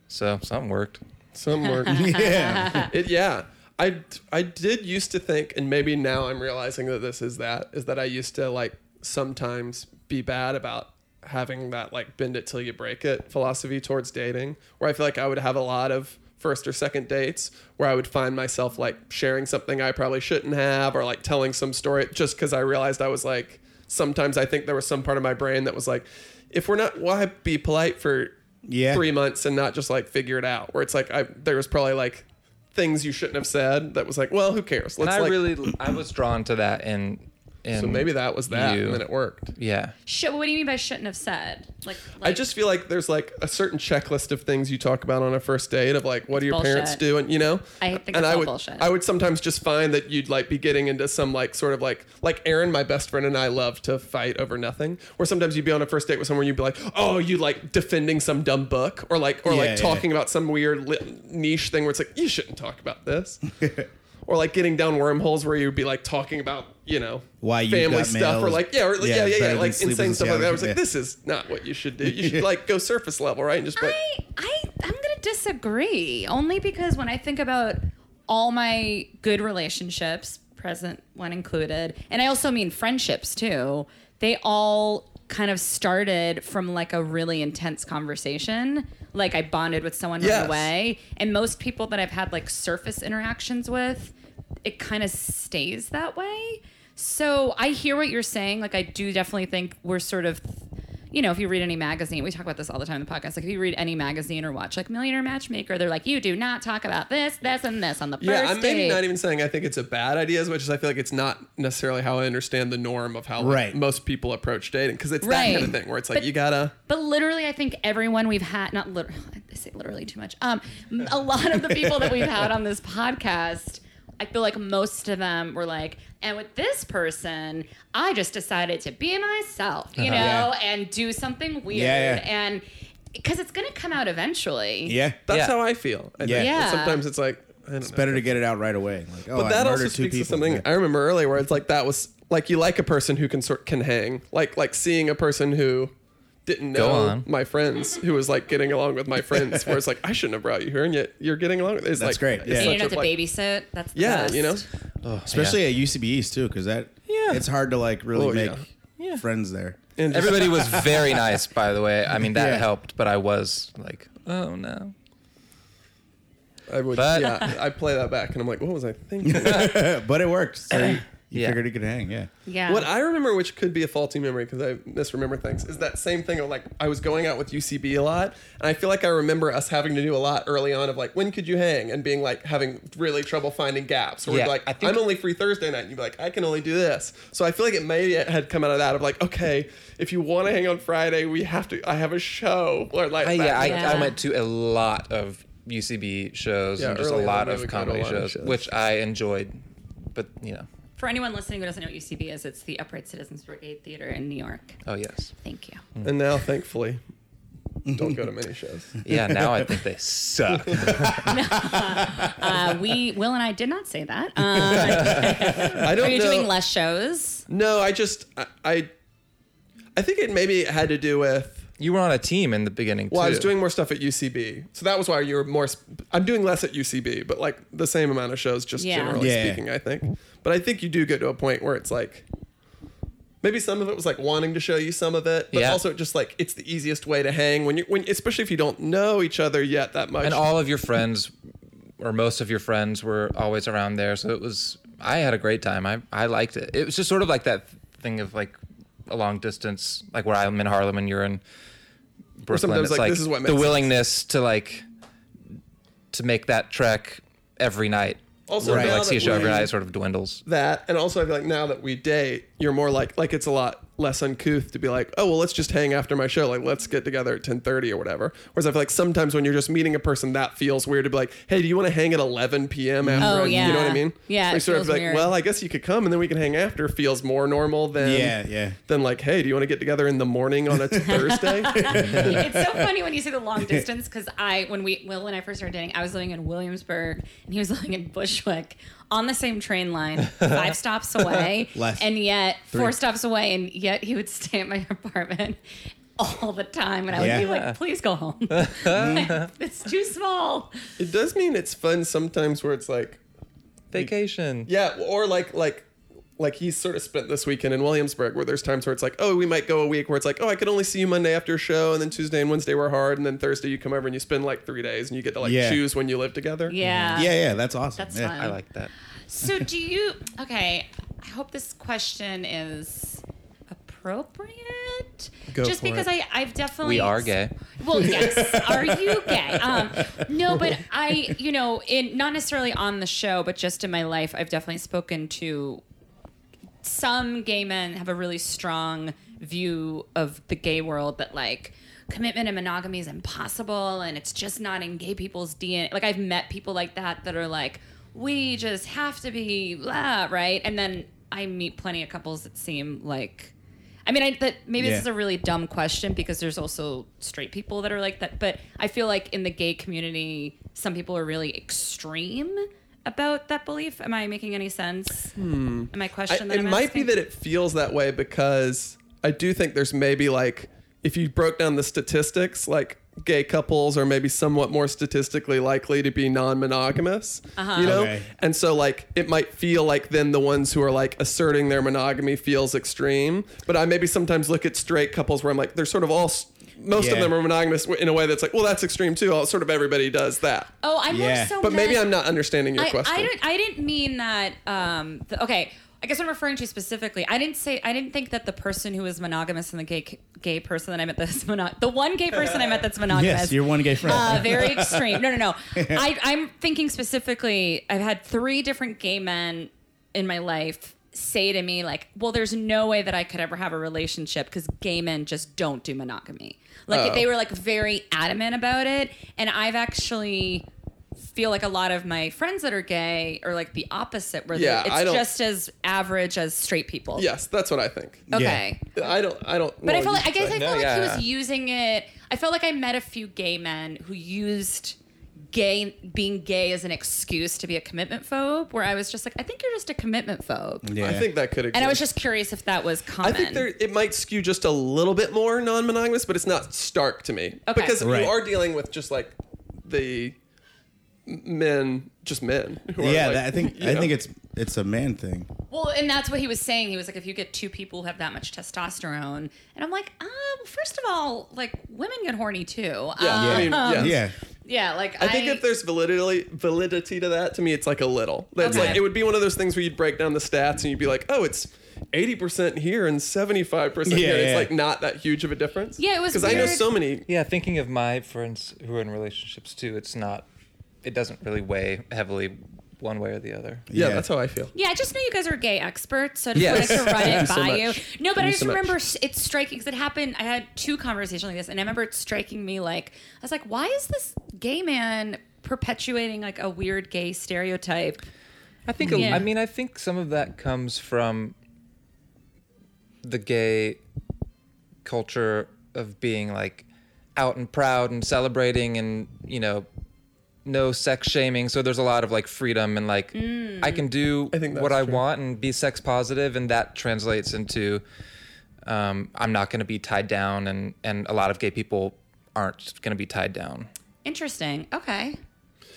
S4: So something worked.
S3: some work.
S1: Yeah.
S3: it, yeah. I, I did used to think, and maybe now I'm realizing that this is that, is that I used to like sometimes be bad about having that like bend it till you break it philosophy towards dating, where I feel like I would have a lot of first or second dates where I would find myself like sharing something I probably shouldn't have or like telling some story just because I realized I was like, sometimes I think there was some part of my brain that was like, if we're not, why be polite for
S1: Yeah.
S3: three months and not just like figure it out. Where it's like I there was probably like things you shouldn't have said that was like, well, who cares?
S4: And
S3: Let's
S4: I
S3: like
S4: really, I was drawn to that in in
S3: So maybe that was that,
S4: you.
S3: and then it worked.
S4: yeah
S2: Sh- what do you mean by shouldn't have said? Like, like
S3: I just feel like there's like a certain checklist of things you talk about on a first date of like what do your
S2: Bullshit.
S3: parents do and you know
S2: I think
S3: and
S2: it's
S3: I
S2: all
S3: would
S2: bullshit.
S3: I would sometimes just find that you'd like be getting into some like sort of like like Aaron my best friend and I love to fight over nothing where sometimes you'd be on a first date with someone and you'd be like oh you like defending some dumb book or like or
S1: Yeah,
S3: like
S1: yeah.
S3: talking about some weird li- niche thing where it's like you shouldn't talk about this or like getting down wormholes where you'd be like talking about you know
S1: Why you
S3: family
S1: got
S3: stuff or
S1: mail is-
S3: like yeah or,
S1: yeah,
S3: yeah yeah
S1: better
S3: yeah,
S1: than
S3: like
S1: Sleepers
S3: insane
S1: in
S3: stuff like
S1: Seattle.
S3: that I was like
S1: Yeah.
S3: this is not what you should do. You should like go surface level, right? And just be like,
S2: I, I, I'm gonna disagree only because when I think about all my good relationships, present one included, and I also mean friendships too, they all kind of started from like a really intense conversation. Like I bonded with someone right
S3: Yes.
S2: away, and most people that I've had like surface interactions with, it kind of stays that way. So I hear what you're saying. Like I do definitely think we're sort of, you know, if you read any magazine, we talk about this all the time in the podcast. Like if you read any magazine or watch like Millionaire Matchmaker, they're like, you do not talk about this, this, and this on the first
S3: yeah, I'm maybe
S2: date.
S3: not even saying I think it's a bad idea as much as I feel like it's not necessarily how I understand the norm of how like,
S1: Right.
S3: most people approach dating because it's that
S2: Right.
S3: kind of thing where it's like
S2: But-
S3: you gotta
S2: But literally, I think everyone we've had, not literally, I say literally too much. Um, a lot of the people that we've had on this podcast, I feel like most of them were like, and with this person, I just decided to be myself, you know,
S1: Uh-huh. Yeah.
S2: and do something weird.
S1: Yeah, yeah.
S2: And because it's going to come out eventually.
S1: Yeah.
S3: that's
S4: Yeah.
S3: how I feel. I
S1: Yeah.
S3: think. And
S2: Yeah.
S3: sometimes it's like I don't know.
S1: Better to get it out right away. Like, oh,
S3: But that
S1: I
S3: also
S1: murdered two
S3: speaks
S1: people.
S3: to something
S1: Yeah.
S3: I remember earlier where it's like that was like you like a person who can sort can hang. Like like seeing a person who didn't
S4: Go
S3: know
S4: on.
S3: my friends who was like getting along with my friends where it's like I shouldn't have brought you here and yet you're getting along. It's
S1: That's
S3: like,
S1: great.
S3: it's
S1: Yeah.
S2: And
S1: And
S2: you
S3: such
S2: don't have to
S3: a, like-
S2: babysit. That's the
S3: Yeah,
S2: best.
S3: you know.
S1: especially at UCB East too, because that
S4: Yeah.
S1: it's hard to like really
S3: Oh,
S1: make
S3: yeah.
S4: Yeah.
S1: friends there.
S3: And just-
S4: everybody was very nice by the way i mean that
S1: Yeah.
S4: helped but i was like oh no
S3: I would,
S4: But-
S3: yeah, I play that back and I'm like, what was I thinking?
S1: but it worked. So you, you
S4: Yeah.
S1: figured it could hang. Yeah.
S2: Yeah.
S3: what I remember, which could be a faulty memory because I misremember things, is that same thing of like, I was going out with UCB a lot. And I feel like I remember us having to do a lot early on of like, when could you hang? And being like, having really trouble finding gaps. Or
S4: Yeah,
S3: be like,
S4: I think-
S3: I'm only free Thursday night. And you'd be like, I can only do this. So I feel like it may had come out of that of like, okay, if you want to hang on Friday, we have to, I have a show. Or like,
S4: I,
S3: that
S4: yeah, I,
S3: kind of-
S2: Yeah.
S4: I went to a lot of UCB shows
S3: Yeah,
S4: and just a
S3: early on,
S4: lot
S3: yeah, we
S4: of
S3: got a
S4: comedy
S3: lot of
S4: shows,
S3: shows.
S4: which I enjoyed. But you know,
S2: For anyone listening who doesn't know what UCB is, it's the Upright Citizens Brigade Theater in New York.
S4: oh yes,
S2: Thank you.
S1: Mm.
S3: and now, thankfully, don't go to many shows.
S4: yeah. Now I think they suck.
S2: Uh, we, Will and I did not say that. Um,
S3: I don't
S2: are you
S3: know.
S2: doing less shows?
S3: No, I just I, I I think it maybe had to do with
S4: you were on a team in the beginning.
S3: well,
S4: too.
S3: I was doing more stuff at UCB, so that was why you were more. Sp- I'm doing less at UCB, but like the same amount of shows, just
S2: Yeah.
S3: generally
S1: Yeah.
S3: speaking, I think. But I think you do get to a point where it's like maybe some of it was like wanting to show you some of it, but
S4: Yeah.
S3: also just like it's the easiest way to hang when you when especially if you don't know each other yet that much.
S4: and all of your friends, or most of your friends, were always around there. So it was. I had a great time. I I liked it. It was just sort of like that thing of like a long distance, like where I'm in Harlem and you're in Brooklyn.
S3: sometimes,
S4: it's
S3: like, this is what makes
S4: the
S3: sense.
S4: willingness to like to make that trek every night.
S3: Also,
S4: or to,
S3: now
S4: like see a
S3: that
S4: show every
S3: we-
S4: night sort of dwindles.
S3: that and also i feel like now that we date you're more like like it's a lot less uncouth to be like oh well let's just hang after my show like let's get together at 10.30 or whatever whereas i feel like sometimes when you're just meeting a person that feels weird to be like hey do you want to hang at 11 p.m after
S2: Oh,
S3: a-" you know what i
S2: yeah.
S3: mean
S2: Yeah, it
S3: so you sort
S2: feels
S3: of be like
S2: weird.
S3: well i guess you could come and then we can hang after feels more normal than
S1: Yeah, yeah.
S3: than like hey do you want to get together in the morning on a t- thursday
S2: it's so funny when you say the long distance because I, when we, Will and I first started dating, I was living in Williamsburg and he was living in Bushwick on the same train line, five stops away,
S1: Less.
S2: and yet four
S1: Three.
S2: stops away, and yet he would stay at my apartment all the time, and I would be
S1: Yeah.
S2: like, "Please go home. it's too small."
S3: it does mean it's fun sometimes where it's like
S4: Vacation.
S3: Yeah, or like like like he's sort of spent this weekend in Williamsburg where there's times where it's like, oh, we might go a week where it's like, oh, I could only see you Monday after a show, and then Tuesday and Wednesday were hard, and then Thursday you come over and you spend like three days and you get to like
S1: Yeah.
S3: choose when you live together.
S2: Yeah.
S1: yeah, yeah. That's awesome.
S2: That's
S1: yeah.
S2: fun.
S4: I like that.
S2: So do you? Okay, I hope this question is appropriate.
S3: Go
S2: Just
S3: for
S2: because
S3: it.
S2: I, I've definitely
S4: We are gay.
S2: Well, yes. Are you gay? Um, no, but I, you know, in not necessarily on the show, but just in my life, I've definitely spoken to some gay men have a really strong view of the gay world that like commitment and monogamy is impossible and it's just not in gay people's DNA. Like I've met people like that that are like, we just have to be blah, right? And then I meet plenty of couples that seem like I mean, I that maybe
S1: Yeah.
S2: this is a really dumb question because there's also straight people that are like that, but I feel like in the gay community, some people are really extreme about that belief. Am I making any sense? Am I
S3: Hmm. I,
S2: questioning?
S3: it might be that it feels that way because I do think there's maybe like if you broke down the statistics, like gay couples are maybe somewhat more statistically likely to be non-monogamous,
S2: Uh-huh.
S3: you know.
S1: Okay.
S3: And so like it might feel like then the ones who are like asserting their monogamy feels extreme, but I maybe sometimes look at straight couples where I'm like they're sort of all. s- Most of
S1: Yeah.
S3: them are monogamous in a way that's like, well, that's extreme too. All, sort of everybody does that.
S2: Oh, I more
S1: Yeah.
S2: so.
S3: But maybe
S2: meant-
S3: I'm not understanding your
S2: I,
S3: question.
S2: I didn't. I didn't mean that. Um, the, okay, I guess what I'm referring to specifically. I didn't say. I didn't think that the person who was monogamous and the gay gay person that I met that's monog- the one gay person I met that's monogamous.
S1: Yes, your one gay friend.
S2: Uh, very extreme. No, no, no. I, I'm thinking specifically. I've had three different gay men in my life say to me like, "Well, there's no way that I could ever have a relationship because gay men just don't do monogamy." Like
S3: Oh.
S2: they were like very adamant about it, and I've actually feel like a lot of my friends that are gay are like the opposite where they-
S3: Yeah, I
S2: it's
S3: don't-
S2: just as average as straight people
S3: yes, that's what I think.
S2: okay
S3: I don't. I don't.
S2: but i felt like i guess i felt
S4: No,
S2: like
S4: yeah,
S2: he
S4: yeah.
S2: was using it i felt like i met a few gay men who used gay being gay as an excuse to be a commitment phobe where i was just like i think you're just a commitment phobe
S1: yeah.
S3: I think that could. Exist.
S2: and i was just curious if that was
S3: I
S2: common
S3: think there, it might skew just a little bit more non-monogamous, but it's not stark to me
S2: Okay.
S3: because
S1: Right.
S3: you are dealing with just like the m- men, just men. who are,
S1: yeah,
S3: like,
S1: that, I think
S3: you
S1: I
S3: know.
S1: think it's it's a man thing.
S2: Well, and that's what he was saying. He was like, if you get two people who have that much testosterone, and I'm like, um, first of all, like women get horny too.
S3: Yeah, I mean,
S2: Um,
S3: yeah.
S1: Yeah,
S2: yeah, like
S3: I think if there's validity validity to that, to me, it's like a little. That's
S2: Okay.
S3: like it would be one of those things where you'd break down the stats and you'd be like, oh, it's. 80% here and 75%
S1: Yeah,
S3: here. It's
S1: yeah.
S3: like not that huge of a difference.
S2: Yeah, it was
S3: Because I know
S2: weird.
S3: so many.
S4: Yeah, thinking of my friends who are in relationships too, it's not, it doesn't really weigh heavily one way or the other.
S3: Yeah,
S1: Yeah.
S3: that's how I feel.
S2: Yeah, I just know you guys are gay experts, so I just
S4: Yes.
S2: wanted to run
S3: Thank
S2: it
S3: you so
S2: by
S3: much.
S2: you. No, but
S3: Thank
S2: I
S3: you
S2: just
S3: so much.
S2: remember s- it's striking because it happened. I had two conversations like this, and I remember it striking me like I was like, why is this gay man perpetuating like a weird gay stereotype?
S4: I think. a-
S2: Yeah.
S4: I mean, I think some of that comes from the gay culture of being like out and proud and celebrating, and you know, no sex shaming. So there's a lot of like freedom and like I can do
S3: I think
S4: what
S3: that's
S4: I
S3: true.
S4: want and be sex positive, and that translates into um, I'm not going to be tied down, and and a lot of gay people aren't going to be tied down.
S2: Interesting. Okay.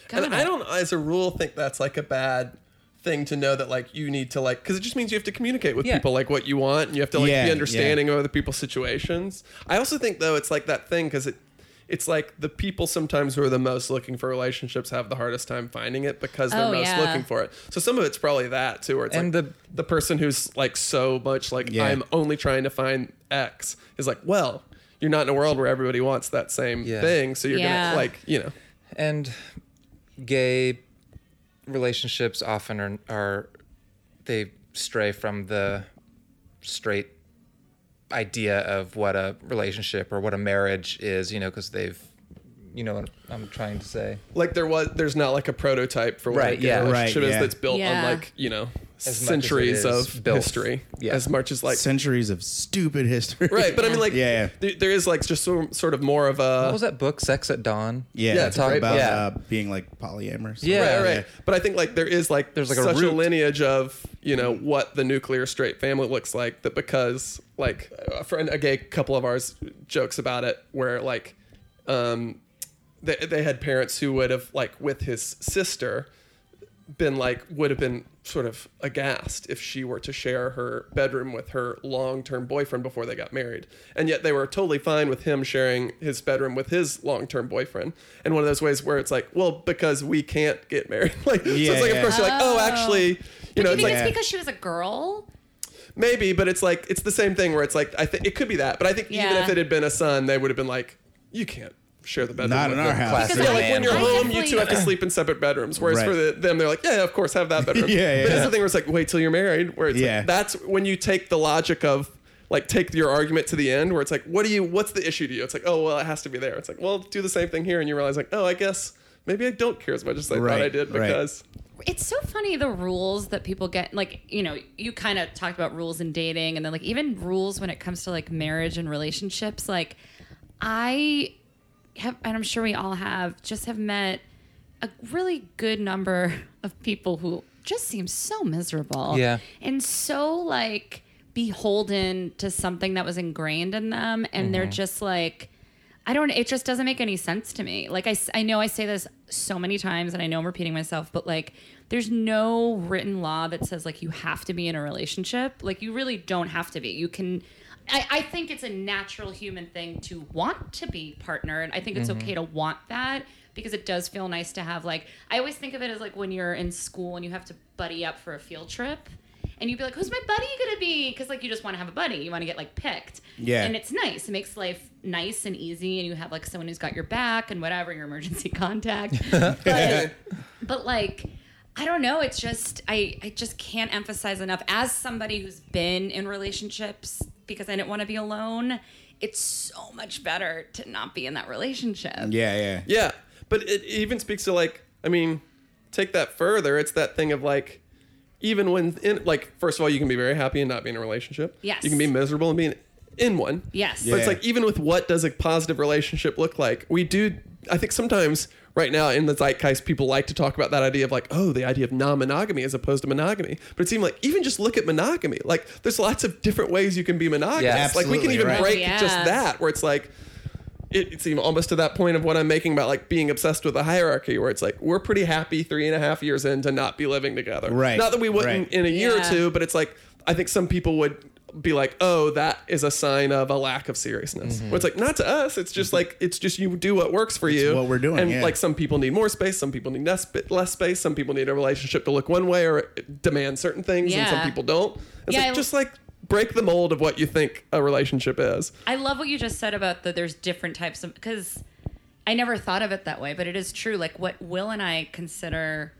S2: Got
S3: And
S2: it.
S3: I don't, as a rule, think that's like a bad thing to know that like you need to like because it just means you have to communicate with
S4: Yeah.
S3: people like what you want and you have to like
S1: Yeah,
S3: be
S1: yeah.
S3: understanding of other people's situations. I also think though it's like that thing because it it's like the people sometimes who are the most looking for relationships have the hardest time finding it because they're
S2: Oh,
S3: most
S2: yeah.
S3: looking for it. So some of it's probably that too, where it's
S4: And
S3: like
S4: the-
S3: the person who's like so much like
S1: Yeah.
S3: I'm only trying to find X is like well. You're not in a world where everybody wants that same
S4: Yeah.
S3: thing, so you're
S2: Yeah.
S3: gonna like, you know,
S4: and gay relationships often are, are they stray from the straight idea of what a relationship or what a marriage is you know because they've you know what i'm trying to say
S3: like there was there's not like a prototype for what
S4: Right,
S3: a gay
S4: yeah.
S3: relationship
S1: Right,
S3: is
S1: yeah.
S3: that's built
S2: Yeah.
S3: on like you know
S4: As much as
S3: centuries
S4: it is
S3: of
S4: built.
S3: history
S4: Yeah.
S3: as much as like
S1: centuries of stupid history.
S3: right but i mean like
S1: Yeah, yeah.
S3: there- there is like just so, sort of more of
S4: what
S3: a
S4: was that book sex at dawn
S1: Yeah,
S3: Yeah,
S1: yeah
S3: it's
S1: talk
S3: great.
S1: about
S4: Yeah.
S1: Uh, being like polyamorous.
S4: Yeah.
S3: right right but i think like there is like
S4: There's, like, a
S3: such a,
S4: root.
S3: lineage of you know what the nuclear straight family looks like that because like a friend a gay couple of ours jokes about it where like um they, they had parents who would have like with his sister been like would have been sort of aghast if she were to share her bedroom with her long-term boyfriend before they got married and yet they were totally fine with him sharing his bedroom with his long-term boyfriend and one of those ways where it's like well because we can't get married like so
S1: Yeah,
S3: it's like of
S1: yeah.
S3: course you're like oh actually you
S2: Do
S3: know
S2: you
S3: it's
S2: think
S3: like
S2: it's because she was a girl?
S3: maybe but it's like it's the same thing where it's like i think it could be that but i think even
S2: Yeah.
S3: if it had been a son they would have been like you can't share the bedroom.
S1: Not
S3: with
S1: in our
S3: them.
S1: house.
S4: Classic
S3: Yeah, like
S4: man.
S3: when you're
S2: I
S3: home, you
S2: definitely-
S3: two have to sleep in separate bedrooms. Whereas
S1: Right.
S3: for the, them, they're like, yeah, of course, have that bedroom.
S1: Yeah, yeah,
S3: But it's
S1: yeah.
S3: the thing where it's like, wait till you're married. Where it's
S1: Yeah.
S3: like, that's when you take the logic of like take your argument to the end, where it's like, what do you? What's the issue to you? It's like, oh well, it has to be there. It's like, well, do the same thing here, and you realize like, oh, I guess maybe I don't care as much as I thought I
S1: Right,
S3: did
S1: right.
S3: because
S2: it's so funny the rules that people get like you know you kind of talked about rules in dating and then like even rules when it comes to like marriage and relationships like i have and i'm sure we all have just have met a really good number of people who just seem so miserable
S4: Yeah.
S2: and so like beholden to something that was ingrained in them and they're just like I don't. It just doesn't make any sense to me. Like I, s- I know I say this so many times, and I know I'm repeating myself, but like, there's no written law that says like you have to be in a relationship. Like you really don't have to be. You can. I, I think it's a natural human thing to want to be partner, and I think it's okay to want that because it does feel nice to have. Like I always think of it as like when you're in school and you have to buddy up for a field trip. And you'd be like, "Who's my buddy gonna be?" Because like you just want to have a buddy, you want to get like picked.
S1: Yeah.
S2: And it's nice. It makes life nice and easy, and you have like someone who's got your back and whatever your emergency contact. but, but like, I don't know. It's just I I just can't emphasize enough as somebody who's been in relationships because I didn't want to be alone. It's so much better to not be in that relationship.
S1: Yeah, yeah.
S3: Yeah, but it even speaks to like, I mean, take that further. It's that thing of like, even when in like, first of all, you can be very happy and not be in a relationship.
S2: Yes.
S3: you can be miserable and be in, in one.
S2: Yes.
S3: but it's
S1: Yeah.
S3: like even with what does a positive relationship look like? We do. I think sometimes right now in the zeitgeist, people like to talk about that idea of like, oh, the idea of non-monogamy as opposed to monogamy. But it seemed like even just look at monogamy. Like, there's lots of different ways you can be monogamous.
S4: Yeah,
S3: like we can
S1: absolutely,
S3: even
S1: right.
S3: break
S2: Oh, yeah.
S3: just that, where it's like it, it's even almost to that point of what I'm making about like being obsessed with a hierarchy, where it's like we're pretty happy three and a half years in to not be living together.
S1: Right,
S3: Not that we wouldn't
S1: right.
S3: in a year
S2: Yeah.
S3: or two, but it's like I think some people would be like, "Oh, that is a sign of a lack of seriousness."
S1: Mm-hmm.
S3: Where it's like not to us. It's just like it's just you do what works for you.
S1: what we're doing,
S3: And
S1: yeah.
S3: like some people need more space, some people need less, sp- less space, some people need a relationship to look one way or demand certain things, and some
S2: Yeah.
S3: people don't. It's
S2: Yeah,
S3: like
S2: I-
S3: just like break the mold of what you think a relationship is.
S2: I love what you just said about the there's different types of because I never thought of it that way, but it is true. Like what Will and I consider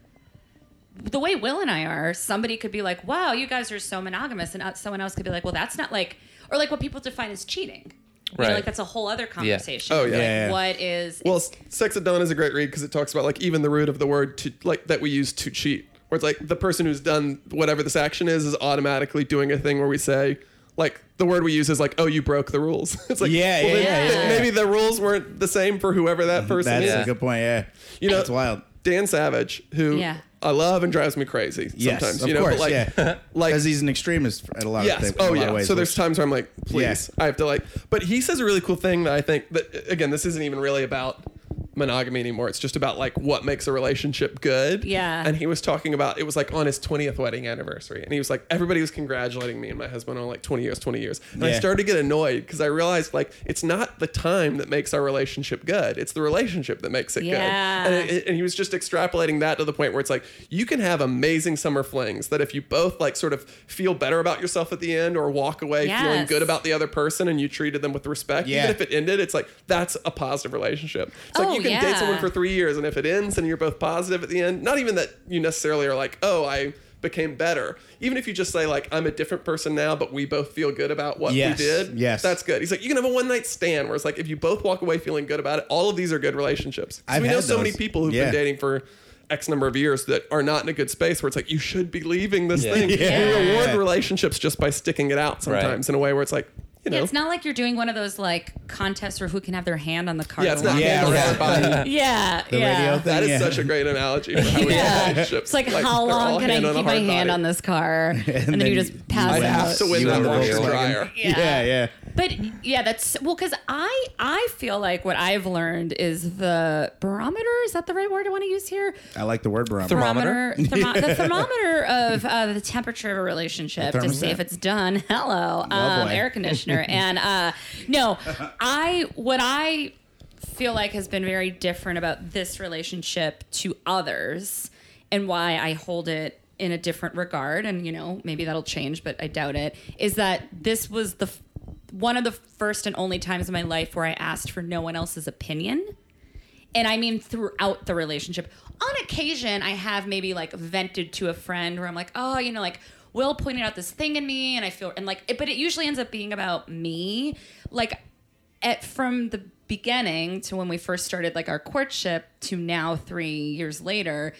S2: the way Will and I are, somebody could be like, "Wow, you guys are so monogamous," and uh, someone else could be like, "Well, that's not like," or like what people define as cheating. You know,
S4: Right.
S2: like that's a whole other conversation.
S3: Oh, yeah.
S2: Like,
S1: Yeah, yeah.
S2: What is
S3: Well, S- Sex at Dawn is a great read because it talks about like even the root of the word to like that we use to cheat, where it's like the person who's done whatever this action is is automatically doing a thing where we say like the word we use is like oh you broke the rules. it's like
S1: Yeah, yeah,
S3: then-
S1: yeah, Mm-hmm.
S3: then
S2: yeah.
S3: maybe the rules weren't the same for whoever that person
S1: That's
S3: is.
S4: Yeah.
S1: a good point. Yeah,
S3: You know-
S1: that's wild.
S3: Dan Savage, who
S2: Yeah.
S3: I love and drives me crazy sometimes.
S1: Yes, of
S3: you know,
S1: course,
S3: but like
S1: yeah.
S3: like
S1: Because he's an extremist at a lot of
S3: Yes.
S1: things.
S3: Oh
S1: a lot
S3: yeah.
S1: Of ways,
S3: so there's
S1: which-
S3: times where I'm like, please,
S1: Yeah.
S3: I have to like. But he says a really cool thing that I think that again, this isn't even really about monogamy anymore. It's just about like what makes a relationship good.
S2: Yeah.
S3: And he was talking about it was like on his 20th wedding anniversary, and he was like, everybody was congratulating me and my husband on like 20 years, 20 years, and I
S1: Yeah.
S3: started to get annoyed because I realized like it's not the time that makes our relationship good. It's the relationship that makes it
S2: Yeah.
S3: good. And it- and he was just extrapolating that to the point where it's like you can have amazing summer flings that if you both like sort of feel better about yourself at the end or walk away feeling
S2: Yes.
S3: good about the other person and you treated them with respect
S1: Yeah.
S3: even if it ended it's like that's a positive relationship it's
S2: Oh,
S3: like you can date
S2: yeah.
S3: someone for three years and if it ends and you're both positive at the end not even that you necessarily are like oh i became better even if you just say like i'm a different person now but we both feel good about what
S1: Yes.
S3: we did
S1: Yes.
S3: that's good he's like you can have a one night stand where it's like if you both walk away feeling good about it all of these are good relationships 'Cause
S1: I've
S3: we know
S1: had
S3: so many
S1: those.
S3: people who've
S1: Yeah.
S3: been dating for X number of years that are not in a good space where it's like you should be leaving this
S4: Yeah.
S3: thing.
S1: Yeah.
S3: We reward
S1: Yeah.
S3: relationships just by sticking it out sometimes in a way where it's like, you know,
S2: Yeah, it's not like you're doing one of those like contests where who can have their hand on the card.
S3: yeah, it's not
S2: the
S1: Yeah,
S3: handle
S1: right.
S3: hard body.
S2: longest. yeah,
S1: The
S2: yeah.
S1: radio thing.
S3: That is
S1: Yeah.
S3: such a great analogy for how we
S2: Yeah.
S3: have relationships.
S2: It's like, how
S3: they're all
S2: long can I
S3: hand on a
S2: keep my
S3: hard
S2: hand
S3: body.
S2: on this car? And, then,
S1: then
S2: you
S1: you
S2: just pass
S1: win.
S3: I have
S2: out.
S3: to win
S1: You
S3: that
S1: and the
S3: washer
S1: Volkswagen.
S3: dryer.
S1: Yeah, yeah.
S2: But yeah, that's well, because I I feel like what I've learned is the barometer. Is that the right word I want to use here?
S1: I like the word barometer.
S4: Thermometer?
S2: Thermo- the thermometer of uh, the temperature of a relationship to see
S1: thermostat. Oh,
S2: if it's done. Hello, um,
S1: boy.
S2: air conditioner. and uh, no, I what I feel like has been very different about this relationship to others and why I hold it in a different regard and you know maybe that'll change but I doubt it is that this was the f- one of the first and only times in my life where I asked for no one else's opinion. And I mean throughout the relationship. On occasion, I have maybe like vented to a friend where I'm like, oh, you know, like Will pointed out this thing in me, and I feel and like, it, but it usually ends up being about me. Like, at from the beginning to when we first started like our courtship to now three years later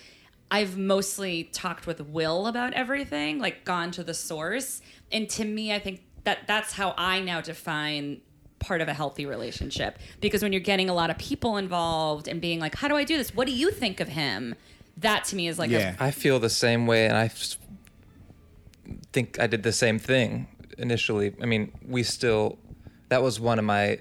S2: i've mostly talked with will about everything like gone to the source and to me i think that that's how i now define part of a healthy relationship because when you're getting a lot of people involved and being like how do i do this what do you think of him that to me is like
S1: Yeah.
S2: a,
S4: I feel the same way, and I s- think I did the same thing initially. I mean, we still, that was one of my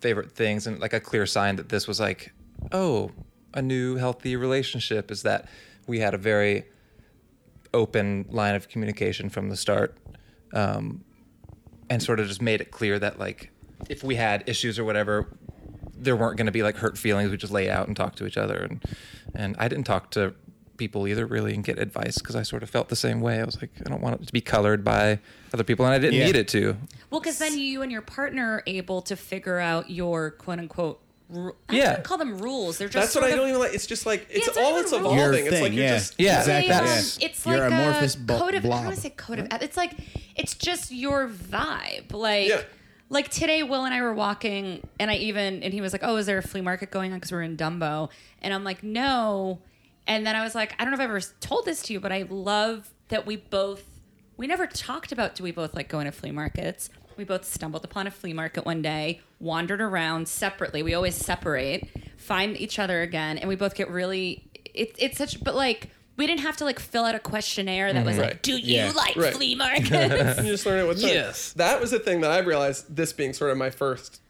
S4: favorite things, and like a clear sign that this was like, oh, a new healthy relationship is that we had a very open line of communication from the start. Um, and sort of just made it clear that like if we had issues or whatever there weren't going to be like hurt feelings we just lay out and talk to each other and and i didn't talk to people either really and get advice because i sort of felt the same way i was like i don't want it to be colored by other people and i didn't
S1: Yeah.
S4: need it to
S2: well because then you and your partner are able to figure out your quote unquote ru- I
S4: Yeah.
S2: wouldn't call them rules they're just
S3: That's what
S2: sort
S3: I
S2: of-
S3: don't even like. It's just like it's
S2: it's not
S3: all
S2: even
S3: it's
S2: rules.
S3: evolving.
S1: Your
S3: it's like
S1: thing,
S3: you're
S1: yeah.
S3: just
S4: Yeah.
S2: It's a,
S1: exactly.
S2: um,
S1: Yes.
S2: It's
S1: You're
S2: like
S1: amorphous
S2: a
S1: bo-
S2: code of. I
S1: blob.
S2: don't want to say code of. It's like it's just your vibe. Like
S3: Yeah.
S2: like today, Will and I were walking, and I even and he was like, "Oh, is there a flea market going on?" Because we're in Dumbo, and I'm like, "No." And then I was like, "I don't know if I ever told this to you, but I love that we both we never talked about do we both like going to flea markets." We both stumbled upon a flea market one day, wandered around separately. We always separate, find each other again, and we both get really. It, it's such, but like we didn't have to like fill out a questionnaire that was like,
S3: Mm-hmm. Right.
S2: "Do you
S1: Yeah.
S2: like
S3: Right.
S2: flea markets?"
S3: you just learn it with time.
S5: Yes.
S3: That was the thing that I realized this being sort of my first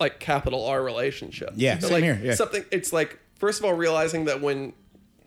S3: like capital R relationship.
S1: Yeah,
S3: So,
S1: same
S3: like,
S1: here, yeah.
S3: Something it's like first of all realizing that when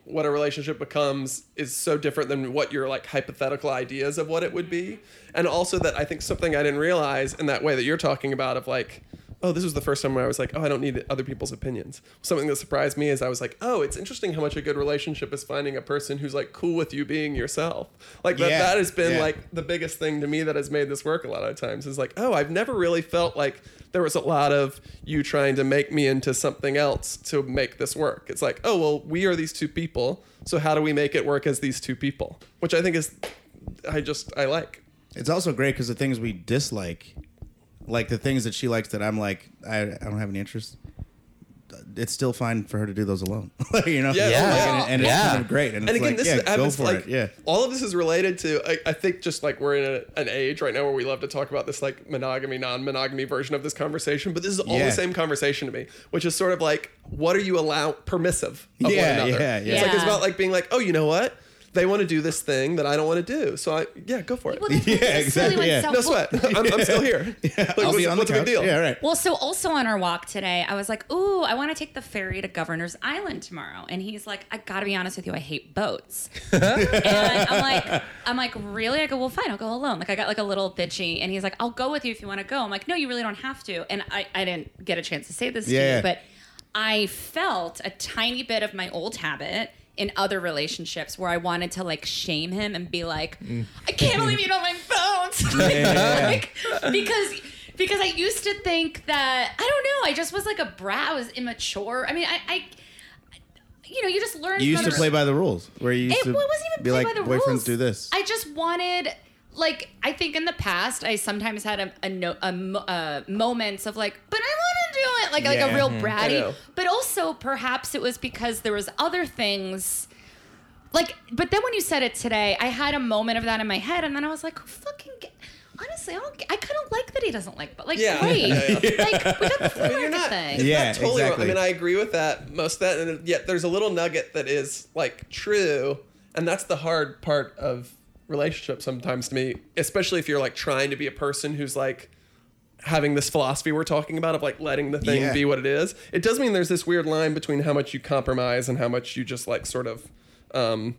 S3: what a relationship becomes is so different than what your like hypothetical ideas of what it would be. And also that I think something I didn't realize in that way that you're talking about of like Oh, this was the first time where I was like, "Oh, I don't need other people's opinions." Something that surprised me is I was like, "Oh, it's interesting how much a good relationship is finding a person who's like cool with you being yourself." Like that,
S1: Yeah,
S3: that has been
S1: yeah.
S3: like the biggest thing to me that has made this work a lot of times is like, oh, I've never really felt like there was a lot of you trying to make me into something else to make this work. It's like, oh, well, we are these two people, so how do we make it work as these two people? Which I think is, I just I like.
S1: It's also great because the things we dislike, like the things that she likes that I'm like, I, I don't have any interest. It's still fine for her to do those alone. you know?
S3: Yeah.
S1: Like,
S3: Yeah.
S1: And, and it's
S4: Yeah.
S1: kind of great. And,
S3: And
S1: it's
S3: again,
S1: like,
S3: this
S1: yeah,
S3: is
S1: go
S3: happens
S1: for
S3: like
S1: it. Yeah.
S3: all of this is related to I, I think just like we're in a, an age right now where we love to talk about this like monogamy non-monogamy version of this conversation, but this is all
S1: Yeah.
S3: the same conversation to me, which is sort of like what are you allow permissive of
S1: Yeah,
S3: one another?
S1: yeah, yeah.
S3: It's like it's
S2: Yeah.
S3: about like being like, oh, you know what? They want to do this thing that I don't want to do, so I yeah, go for it.
S2: well, that's
S1: Yeah,
S2: silly
S1: exactly,
S2: when
S1: yeah.
S2: self-
S3: no sweat. I'm, I'm still here. Like,
S1: I'll
S3: what's,
S1: be on
S3: what's
S1: the
S3: big
S1: couch.
S3: deal?
S1: Yeah, all right.
S2: Well, so also on our walk today, I was like, "Ooh, I want to take the ferry to Governor's Island tomorrow," and he's like, "I gotta be honest with you, I hate boats." and I'm like, "I'm like, really?" I go, "Well, fine, I'll go alone." Like, I got like a little bitchy, and he's like, "I'll go with you if you want to go." I'm like, "No, you really don't have to." And I, I didn't get a chance to say this to
S1: Yeah.
S2: you, but I felt a tiny bit of my old habit in other relationships where I wanted to like shame him and be like, I can't believe you don't like boats. Like,
S1: Mm. Yeah.
S2: like, because because I used to think that I don't know, I just was like a brat, I was immature. I mean, I, I you know, you just learn
S1: You used
S2: from
S1: to
S2: other-
S1: play by the rules where you used
S2: it
S1: to
S2: wasn't even
S1: be
S2: play
S1: like,
S2: by the
S1: boyfriends
S2: rules.
S1: do this.
S2: I just wanted, like, I think in the past, I sometimes had a, a, no, a mo- uh, moments of like, but I want to do it, like, like a
S1: Yeah.
S2: real
S1: Mhm.
S3: I know.
S2: bratty. But also, perhaps it was because there was other things. Like, but then when you said it today, I had a moment of that in my head, and then I was like, "Fucking, ge- honestly, I don't. ge- I kind of like that he doesn't like, but like,
S3: Yeah.
S2: great,
S3: Yeah, yeah,
S2: like we got the flea
S3: You're
S2: market
S3: not.
S2: thing.
S3: It's
S1: Yeah,
S3: not totally
S1: exactly.
S3: wrong. I mean, I agree with that most of that, and yet there's a little nugget that is like true, and that's the hard part of relationships sometimes to me, especially if you're like trying to be a person who's like having this philosophy we're talking about of like letting the thing
S1: Yeah.
S3: be what it is. It does mean there's this weird line between how much you compromise and how much you just like sort of. um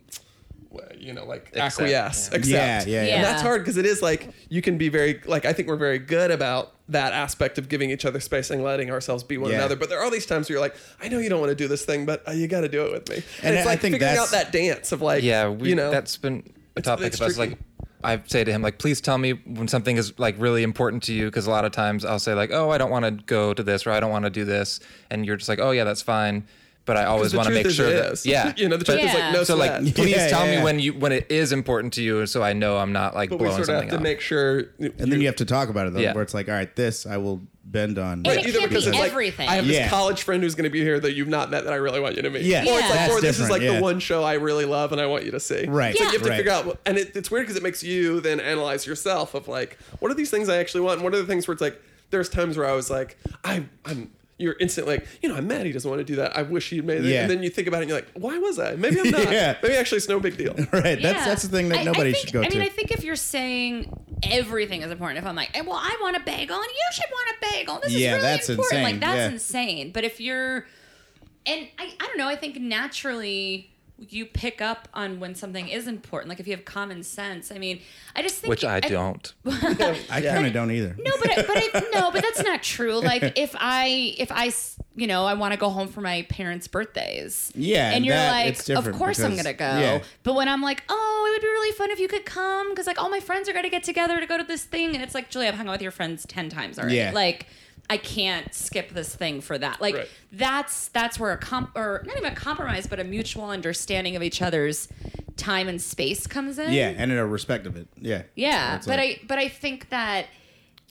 S3: well, you know, like
S4: Accept,
S3: acquiesce,
S4: yeah.
S3: accept.
S1: Yeah, yeah,
S2: yeah.
S3: And that's
S2: Yeah.
S3: hard because it is like you can be very like I think we're very good about that aspect of giving each other space and letting ourselves be one
S1: Yeah.
S3: another. But there are these times where you're like, I know you don't want to do this thing, but uh, you got to do it with me. And,
S1: And
S3: it's
S1: I
S3: like
S1: think
S3: figuring out
S1: that's-
S3: that dance of like,
S4: yeah we
S3: you know,
S4: that's been a
S3: it's-
S4: topic
S3: it's
S4: of us like
S3: tricky.
S4: I say to him like, please tell me when something is like really important to you, because a lot of times I'll say like, oh, I don't want to go to this or I don't want to do this, and you're just like, oh yeah, that's fine. But I always
S3: the
S4: want to
S3: truth
S4: make
S3: is
S4: sure
S3: it
S4: that
S3: is.
S4: yeah,
S3: you know, the truth is
S2: Yeah.
S3: like no
S4: so like,
S3: sweat.
S4: please
S1: Yeah,
S4: tell
S1: yeah, yeah.
S4: me when you when it is important to you, so I know I'm not like
S3: but we
S4: blowing
S3: sort of
S4: something
S3: have to
S4: up.
S3: make sure. And
S1: And then you have to talk about it though,
S4: Yeah.
S1: where it's like, all right, this I will bend on.
S2: Right. It
S3: either
S2: can't
S3: because
S2: be
S3: it's
S2: everything.
S3: like I have
S1: Yeah.
S3: this college friend who's going to be here that you've not met that I really want you to meet.
S1: Yeah.
S3: Or it's like,
S2: Yeah.
S3: or
S1: That's
S3: this is like
S1: different, yeah.
S3: the one show I really love and I want you to see.
S1: Right,
S3: It's like you have to
S1: right.
S3: figure out, and it, it's weird because it makes you then analyze yourself of like, what are these things I actually want? And what are the things where it's like, there's times where I was like, I, I'm. You're instantly like, you know, I'm mad he doesn't want to do that. I wish he'd made it.
S1: Yeah.
S3: And then you think about it and you're like, why was I? Maybe I'm not.
S1: Yeah.
S3: Maybe actually it's no big deal.
S1: Right. That's
S2: Yeah.
S1: that's the thing
S2: I-
S1: that
S2: I
S1: nobody
S2: think-
S1: should go
S2: I
S1: to.
S2: mean, I think if you're saying everything is important, if I'm like, "Eh, well, I want a bagel and you should want a bagel. This
S1: Yeah,
S2: is really
S1: that's
S2: important.
S1: insane.
S2: Like that's
S1: Yeah.
S2: insane. But if you're and I, I don't know, I think naturally you pick up on when something is important. Like if you have common sense. I mean, I just think
S4: which I don't.
S1: I kind of don't either.
S2: no, but I, but I, no, but that's not true. Like if I if I s- you know I want to go home for my parents' birthdays.
S1: Yeah,
S2: and you're
S1: that- it's
S2: like, of
S1: different
S2: course I'm
S1: because-
S2: gonna go.
S1: yeah.
S2: But when I'm like, oh, it would be really fun if you could come because like all my friends are gonna get together to go to this thing, and it's like, Julie, I've hung out with your friends ten times already.
S1: Yeah.
S2: Like. I can't skip this thing for that. Like
S3: Right.
S2: that's that's where a comp or not even a compromise, but a mutual understanding of each other's time and space comes in.
S1: Yeah, and in a respect of it. Yeah.
S2: Yeah,
S1: It's
S2: but
S1: like-
S2: I but I think that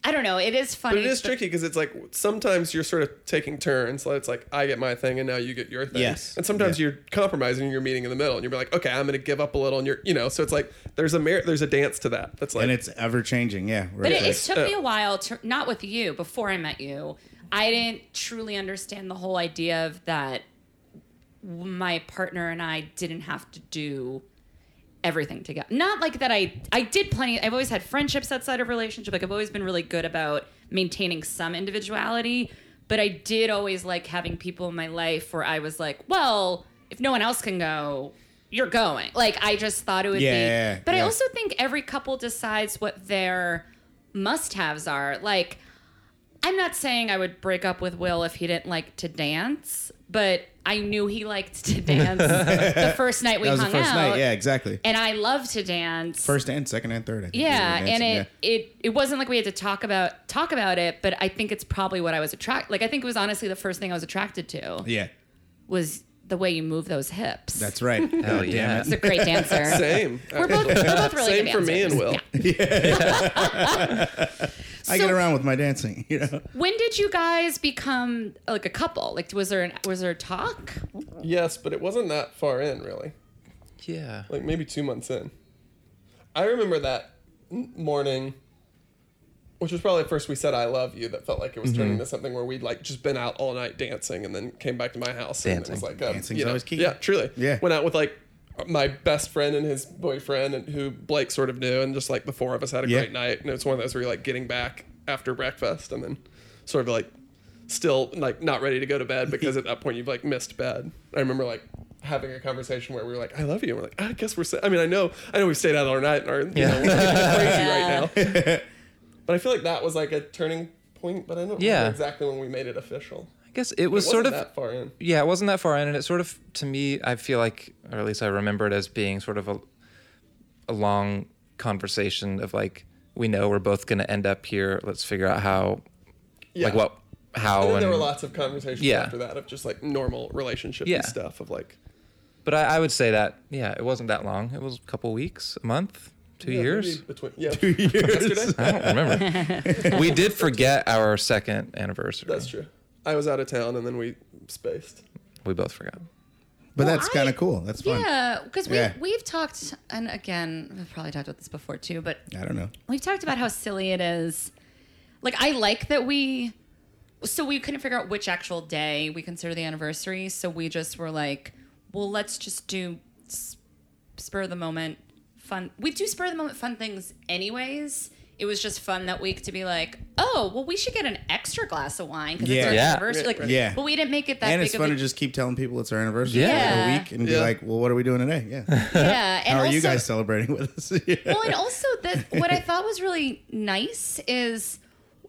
S2: I don't know. It is funny.
S3: But it is tricky because it's like sometimes you're sort of taking turns. Like it's like I get my thing and now you get your thing.
S1: Yes.
S3: And sometimes
S1: Yeah.
S3: you're compromising. and You're meeting in the middle, and you're like, okay, I'm going to give up a little, and you're, you know. So it's like there's a mer- there's a dance to that. That's like
S1: and it's ever changing. Yeah. where
S2: But
S1: it's
S2: it,
S1: like-
S2: it took me a while to not with you before I met you. I didn't truly understand the whole idea of that. My partner and I didn't have to do everything together. Not like that. I I did plenty. I've always had friendships outside of relationship. Like I've always been really good about maintaining some individuality. But I did always like having people in my life where I was like, well, if no one else can go, you're going. Like I just thought it would
S1: Yeah,
S2: be.
S1: yeah, yeah,
S2: but
S1: yeah.
S2: I also think every couple decides what their must-haves are. Like I'm not saying I would break up with Will if he didn't like to dance, but I knew he liked to dance the first night we
S1: that was the
S2: hung
S1: first
S2: out
S1: night. Yeah, exactly.
S2: and I love to dance.
S1: First and second and third. I think we were
S2: yeah, and
S1: dancing,
S2: it,
S1: yeah.
S2: it it wasn't like we had to talk about talk about it, but I think it's probably what I was attracted. Like I think it was honestly the first thing I was attracted to
S1: Yeah,
S2: was the way you move those hips.
S1: that's right. God damn
S4: yeah.
S1: it.
S2: He's a great dancer.
S3: same. Uh,
S2: we're both we're both really
S3: Same
S2: good
S3: for me and
S2: dancers.
S3: Will.
S2: Yeah.
S1: I
S2: So-
S1: get around with my dancing. You know.
S2: When did you guys become like a couple? Like was there an, was there a talk?
S3: Yes, but it wasn't that far in really.
S4: Yeah.
S3: Like maybe two months in. I remember that m- morning, which was probably the first we said "I love you." That felt like it was
S1: Mm-hmm.
S3: turning into something where we'd like just been out all night dancing, and then came back to my house
S4: Dancing.
S3: and it was like um,
S1: Dancing's
S3: you know,
S1: always key.
S3: Yeah, truly.
S1: Yeah.
S3: went out with like my best friend and his boyfriend, and who Blake sort of knew, and just like the four of us had a
S1: Yeah.
S3: great night. And it's one of those where you're like getting back after breakfast, and then sort of like still like not ready to go to bed because at that point you've like missed bed. I remember like having a conversation where we were like, "I love you." And we're like, "I guess we're." Sa-. I mean, I know, I know we stayed out all night and are you know, we're crazy right now. But I feel like that was like a turning point. But I don't
S4: Yeah.
S3: remember exactly when we made it official.
S4: I guess it was
S3: It
S4: sort of
S3: wasn't that far in.
S4: yeah, it wasn't that far in, and it sort of to me, I feel like, or at least I remember it as being sort of a, a long conversation of like, we know we're both going to end up here. Let's figure out how,
S3: Yeah.
S4: like what, how,
S3: And
S4: and,
S3: then there were lots of conversations
S4: Yeah.
S3: after that of just like normal relationship
S4: Yeah.
S3: stuff of like
S4: but I, I would say that yeah, it wasn't that long. It was a couple weeks, a month, two
S3: yeah,
S4: years.
S3: maybe between yeah two years. Yesterday?
S4: I don't remember. we did forget our second anniversary.
S3: That's true. I was out of town and then we spaced.
S4: We both forgot.
S1: But
S2: Well,
S1: that's
S2: I-
S1: kind of cool. That's fun.
S2: Yeah, because we
S1: Yeah.
S2: we've talked and again, we've probably talked about this before too, but
S1: I don't know.
S2: We've talked about how silly it is. Like I like that we so we couldn't figure out which actual day we consider the anniversary, so we just were like, well, let's just do s- spur of the moment fun. We do spur of the moment fun things anyways. It was just fun that week to be like, oh, well, we should get an extra glass of wine because
S1: Yeah.
S2: it's our
S4: Yeah.
S2: anniversary. Like,
S1: Yeah.
S2: but we didn't make it that
S1: and
S2: big
S1: it's
S2: of
S1: fun
S2: a
S1: to just keep telling people it's our anniversary for like
S2: Yeah.
S1: a week and be
S3: Yeah.
S1: like, well, what are we doing today? Yeah.
S2: yeah. And
S1: How are
S2: also,
S1: you guys celebrating with us? Yeah.
S2: well, and also that what I thought was really nice is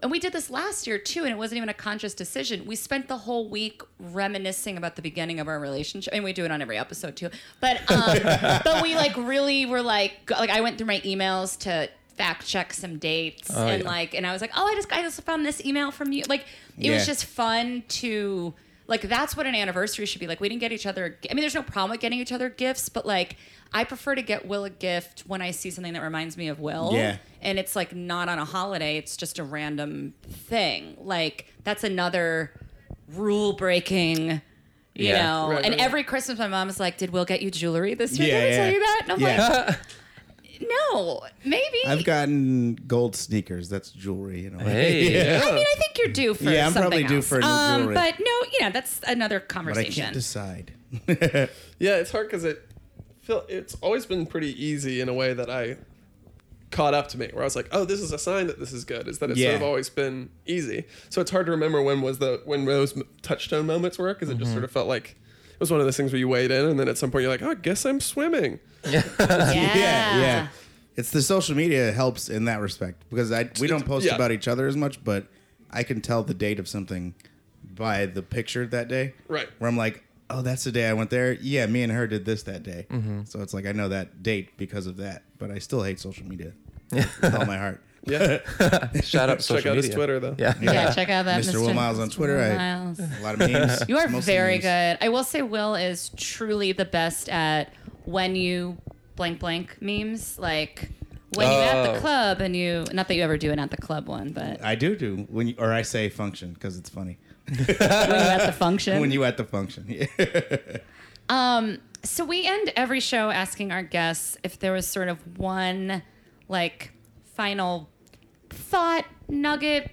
S2: and we did this last year too, and it wasn't even a conscious decision. We spent the whole week reminiscing about the beginning of our relationship, and we do it on every episode too. But um, but we like really were like go- like I went through my emails to fact check some dates
S4: Oh,
S2: and
S4: yeah.
S2: like and I was like, oh, I just I just found this email from you. Like it
S1: Yeah.
S2: was just fun to like that's what an anniversary should be like we didn't get each other i mean there's no problem with getting each other gifts but like i prefer to get will a gift when i see something that reminds me of will
S1: Yeah.
S2: and it's like not on a holiday it's just a random thing like that's another rule breaking you
S4: Yeah.
S2: know
S3: Right,
S2: and
S3: right,
S2: every christmas my mom's like did will get you jewelry this year
S1: Yeah,
S2: did i tell
S1: yeah.
S2: you that and i'm
S1: Yeah.
S2: like no maybe
S1: I've gotten gold sneakers. That's jewelry, you know.
S4: Hey.
S1: Yeah.
S2: I mean, I think you're due for
S1: Yeah, I'm
S2: something
S1: probably due
S2: else.
S1: for new
S2: um,
S1: jewelry.
S2: but no, you know, that's another
S1: But I can't
S2: conversation.
S1: decide.
S3: Yeah, it's hard because it feel it's always been pretty easy in a way that I caught up to me where I was like, oh, this is a sign that this is good. Is that it's sort of
S1: Yeah.
S3: always been easy. So it's hard to remember when was the when those m- touchstone moments were because it
S4: Mm-hmm.
S3: just sort of felt like it was one of those things where you wade in and then at some point you're like, oh, I guess I'm swimming.
S2: yeah.
S1: yeah, yeah. It's the social media helps in that respect because I we don't post
S3: yeah.
S1: about each other as much, but I can tell the date of something by the picture that day.
S3: Right.
S1: Where I'm like, oh, that's the day I went there. Yeah, me and her did this that day.
S2: Mm-hmm.
S1: So it's like I know that date because of that, but I still hate social media with all my heart.
S3: Yeah,
S4: Shout out social
S3: check out
S4: media.
S3: his Twitter though.
S4: Yeah.
S2: Yeah, check out that
S1: Mr. Will Miles on Twitter. I-
S2: Miles.
S1: A lot of memes.
S2: You are
S1: mostly
S2: very
S1: memes.
S2: good. I will say Will is truly the best at when you blank blank memes. Like when you at the
S4: Oh.
S2: club and you not that you ever do an at the club one, but
S1: I do do when you, or I say function because it's funny
S2: when you at the function.
S1: when you at the function. Yeah.
S2: so we end every show asking our guests if there was sort of one like final thought, nugget,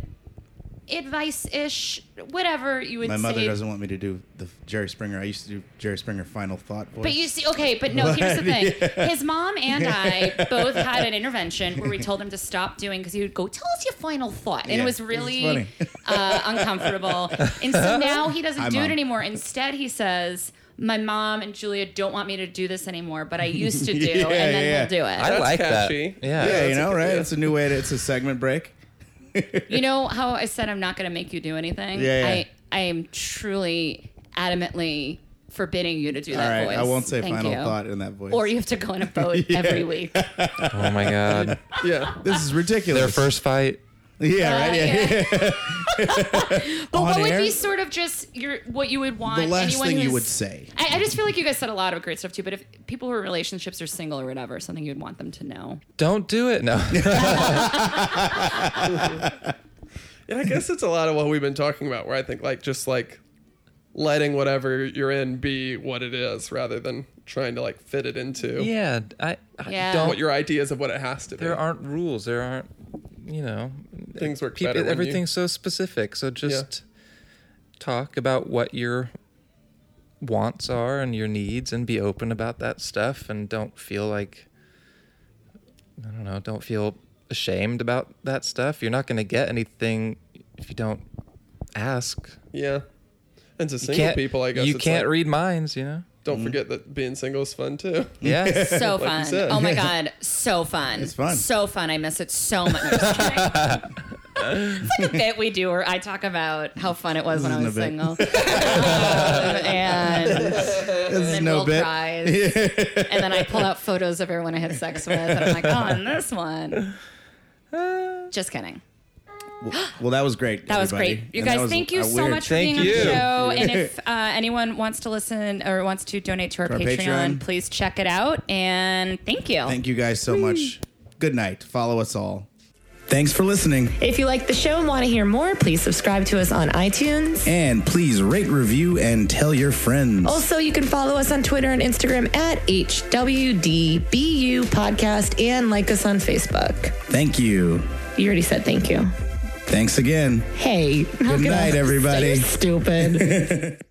S2: advice ish, whatever you would
S1: My
S2: say.
S1: mother doesn't want me to do the Jerry Springer. I used to do Jerry Springer final thought voice.
S2: But you see, okay, but no, here's the thing. His mom and I both had an intervention where we told him to stop doing because he would go, "Tell us your final thought," and
S1: Yeah,
S2: it was
S1: this is
S2: really
S1: funny.
S2: uh, uncomfortable. And so now he doesn't
S1: Hi,
S2: do it
S1: Mom.
S2: anymore. Instead, he says, "My mom and Julia don't want me to do this anymore, but I used to do,
S1: Yeah,
S2: and then
S1: yeah.
S2: we'll do it."
S4: I
S3: That's
S4: like
S3: catchy.
S4: that. Yeah.
S1: yeah,
S3: Yeah,
S1: you
S3: that's
S1: know,
S3: a-
S1: right?
S3: yeah.
S1: It's a new way. To, it's a segment break.
S2: You know how I said I'm not going to make you do anything?
S1: Yeah, yeah.
S2: I I am truly adamantly forbidding you to do
S1: All
S2: that
S1: right,
S2: voice.
S1: I won't say
S2: Thank
S1: final
S2: you.
S1: thought in that voice.
S2: Or you have to go on a boat every week.
S4: Oh my god.
S3: Yeah,
S1: this is
S4: Their
S1: ridiculous.
S4: first fight.
S1: yeah, right. Yeah,
S2: yeah.
S1: yeah.
S2: But what
S1: On
S2: would
S1: air?
S2: be sort of just your what you would want?
S1: the last
S2: anyone
S1: thing you
S2: who's-
S1: would say.
S2: I, I just feel like you guys said a lot of great stuff too. But if people who are in relationships or single or whatever, something you'd want them to know.
S4: Don't do it. No.
S3: Yeah, I guess it's a lot of what we've been talking about, where I think like just like letting whatever you're in be what it is, rather than trying to like fit it into
S4: yeah. I, I
S2: Yeah.
S4: don't
S3: what your ideas of what it has to be.
S4: there aren't rules. There aren't, you know,
S3: Things work
S4: peop-
S3: better when you-
S4: everything's so specific. So just talk about what your wants are and your needs, and be open about that stuff, and don't feel like I don't know. Don't feel ashamed about that stuff. You're not going to get anything if you don't ask.
S3: Yeah, and to
S4: You
S3: single
S4: can't.
S3: people, I guess
S4: you
S3: it's
S4: can't Mm.
S3: like,
S4: read minds. You know.
S3: don't forget that being single is fun too.
S4: Yeah.
S2: So
S3: Like you
S2: fun!
S3: said.
S2: Oh my god, so fun! It's
S1: fun.
S2: so fun. I miss it so much. No, just kidding. it's like a bit we do where I talk about how fun it was when I
S1: isn't
S2: was
S1: a bit.
S2: single, um, and
S1: This is
S2: then
S1: no
S2: Will
S1: bit.
S2: cries, and then I pull out photos of everyone I had sex with, and I'm like, oh, and this one. Just kidding.
S1: Well, that was great.
S2: That was
S1: everybody.
S2: great. You
S1: And
S2: guys,
S1: that was
S2: thank you
S1: a
S2: so
S1: weird-
S2: much for being
S4: Thank
S2: on
S4: you.
S2: the show. and if uh, anyone wants to listen or wants to donate to our,
S1: our
S2: Patreon,
S1: Patreon.
S2: please check it out. And thank you.
S1: Thank you guys so much. Good night. Follow us all. Thanks for listening,
S5: If you like the show and want to hear more, please subscribe to us on iTunes.
S1: and please rate, review, and tell your friends.
S2: Oh.
S5: Also, you can follow us on Twitter and Instagram at HWDBU Podcast and like us on Facebook.
S1: Thank you.
S5: You already said thank you.
S1: Thanks again.
S5: Hey, good
S1: night, everybody.
S5: Stupid.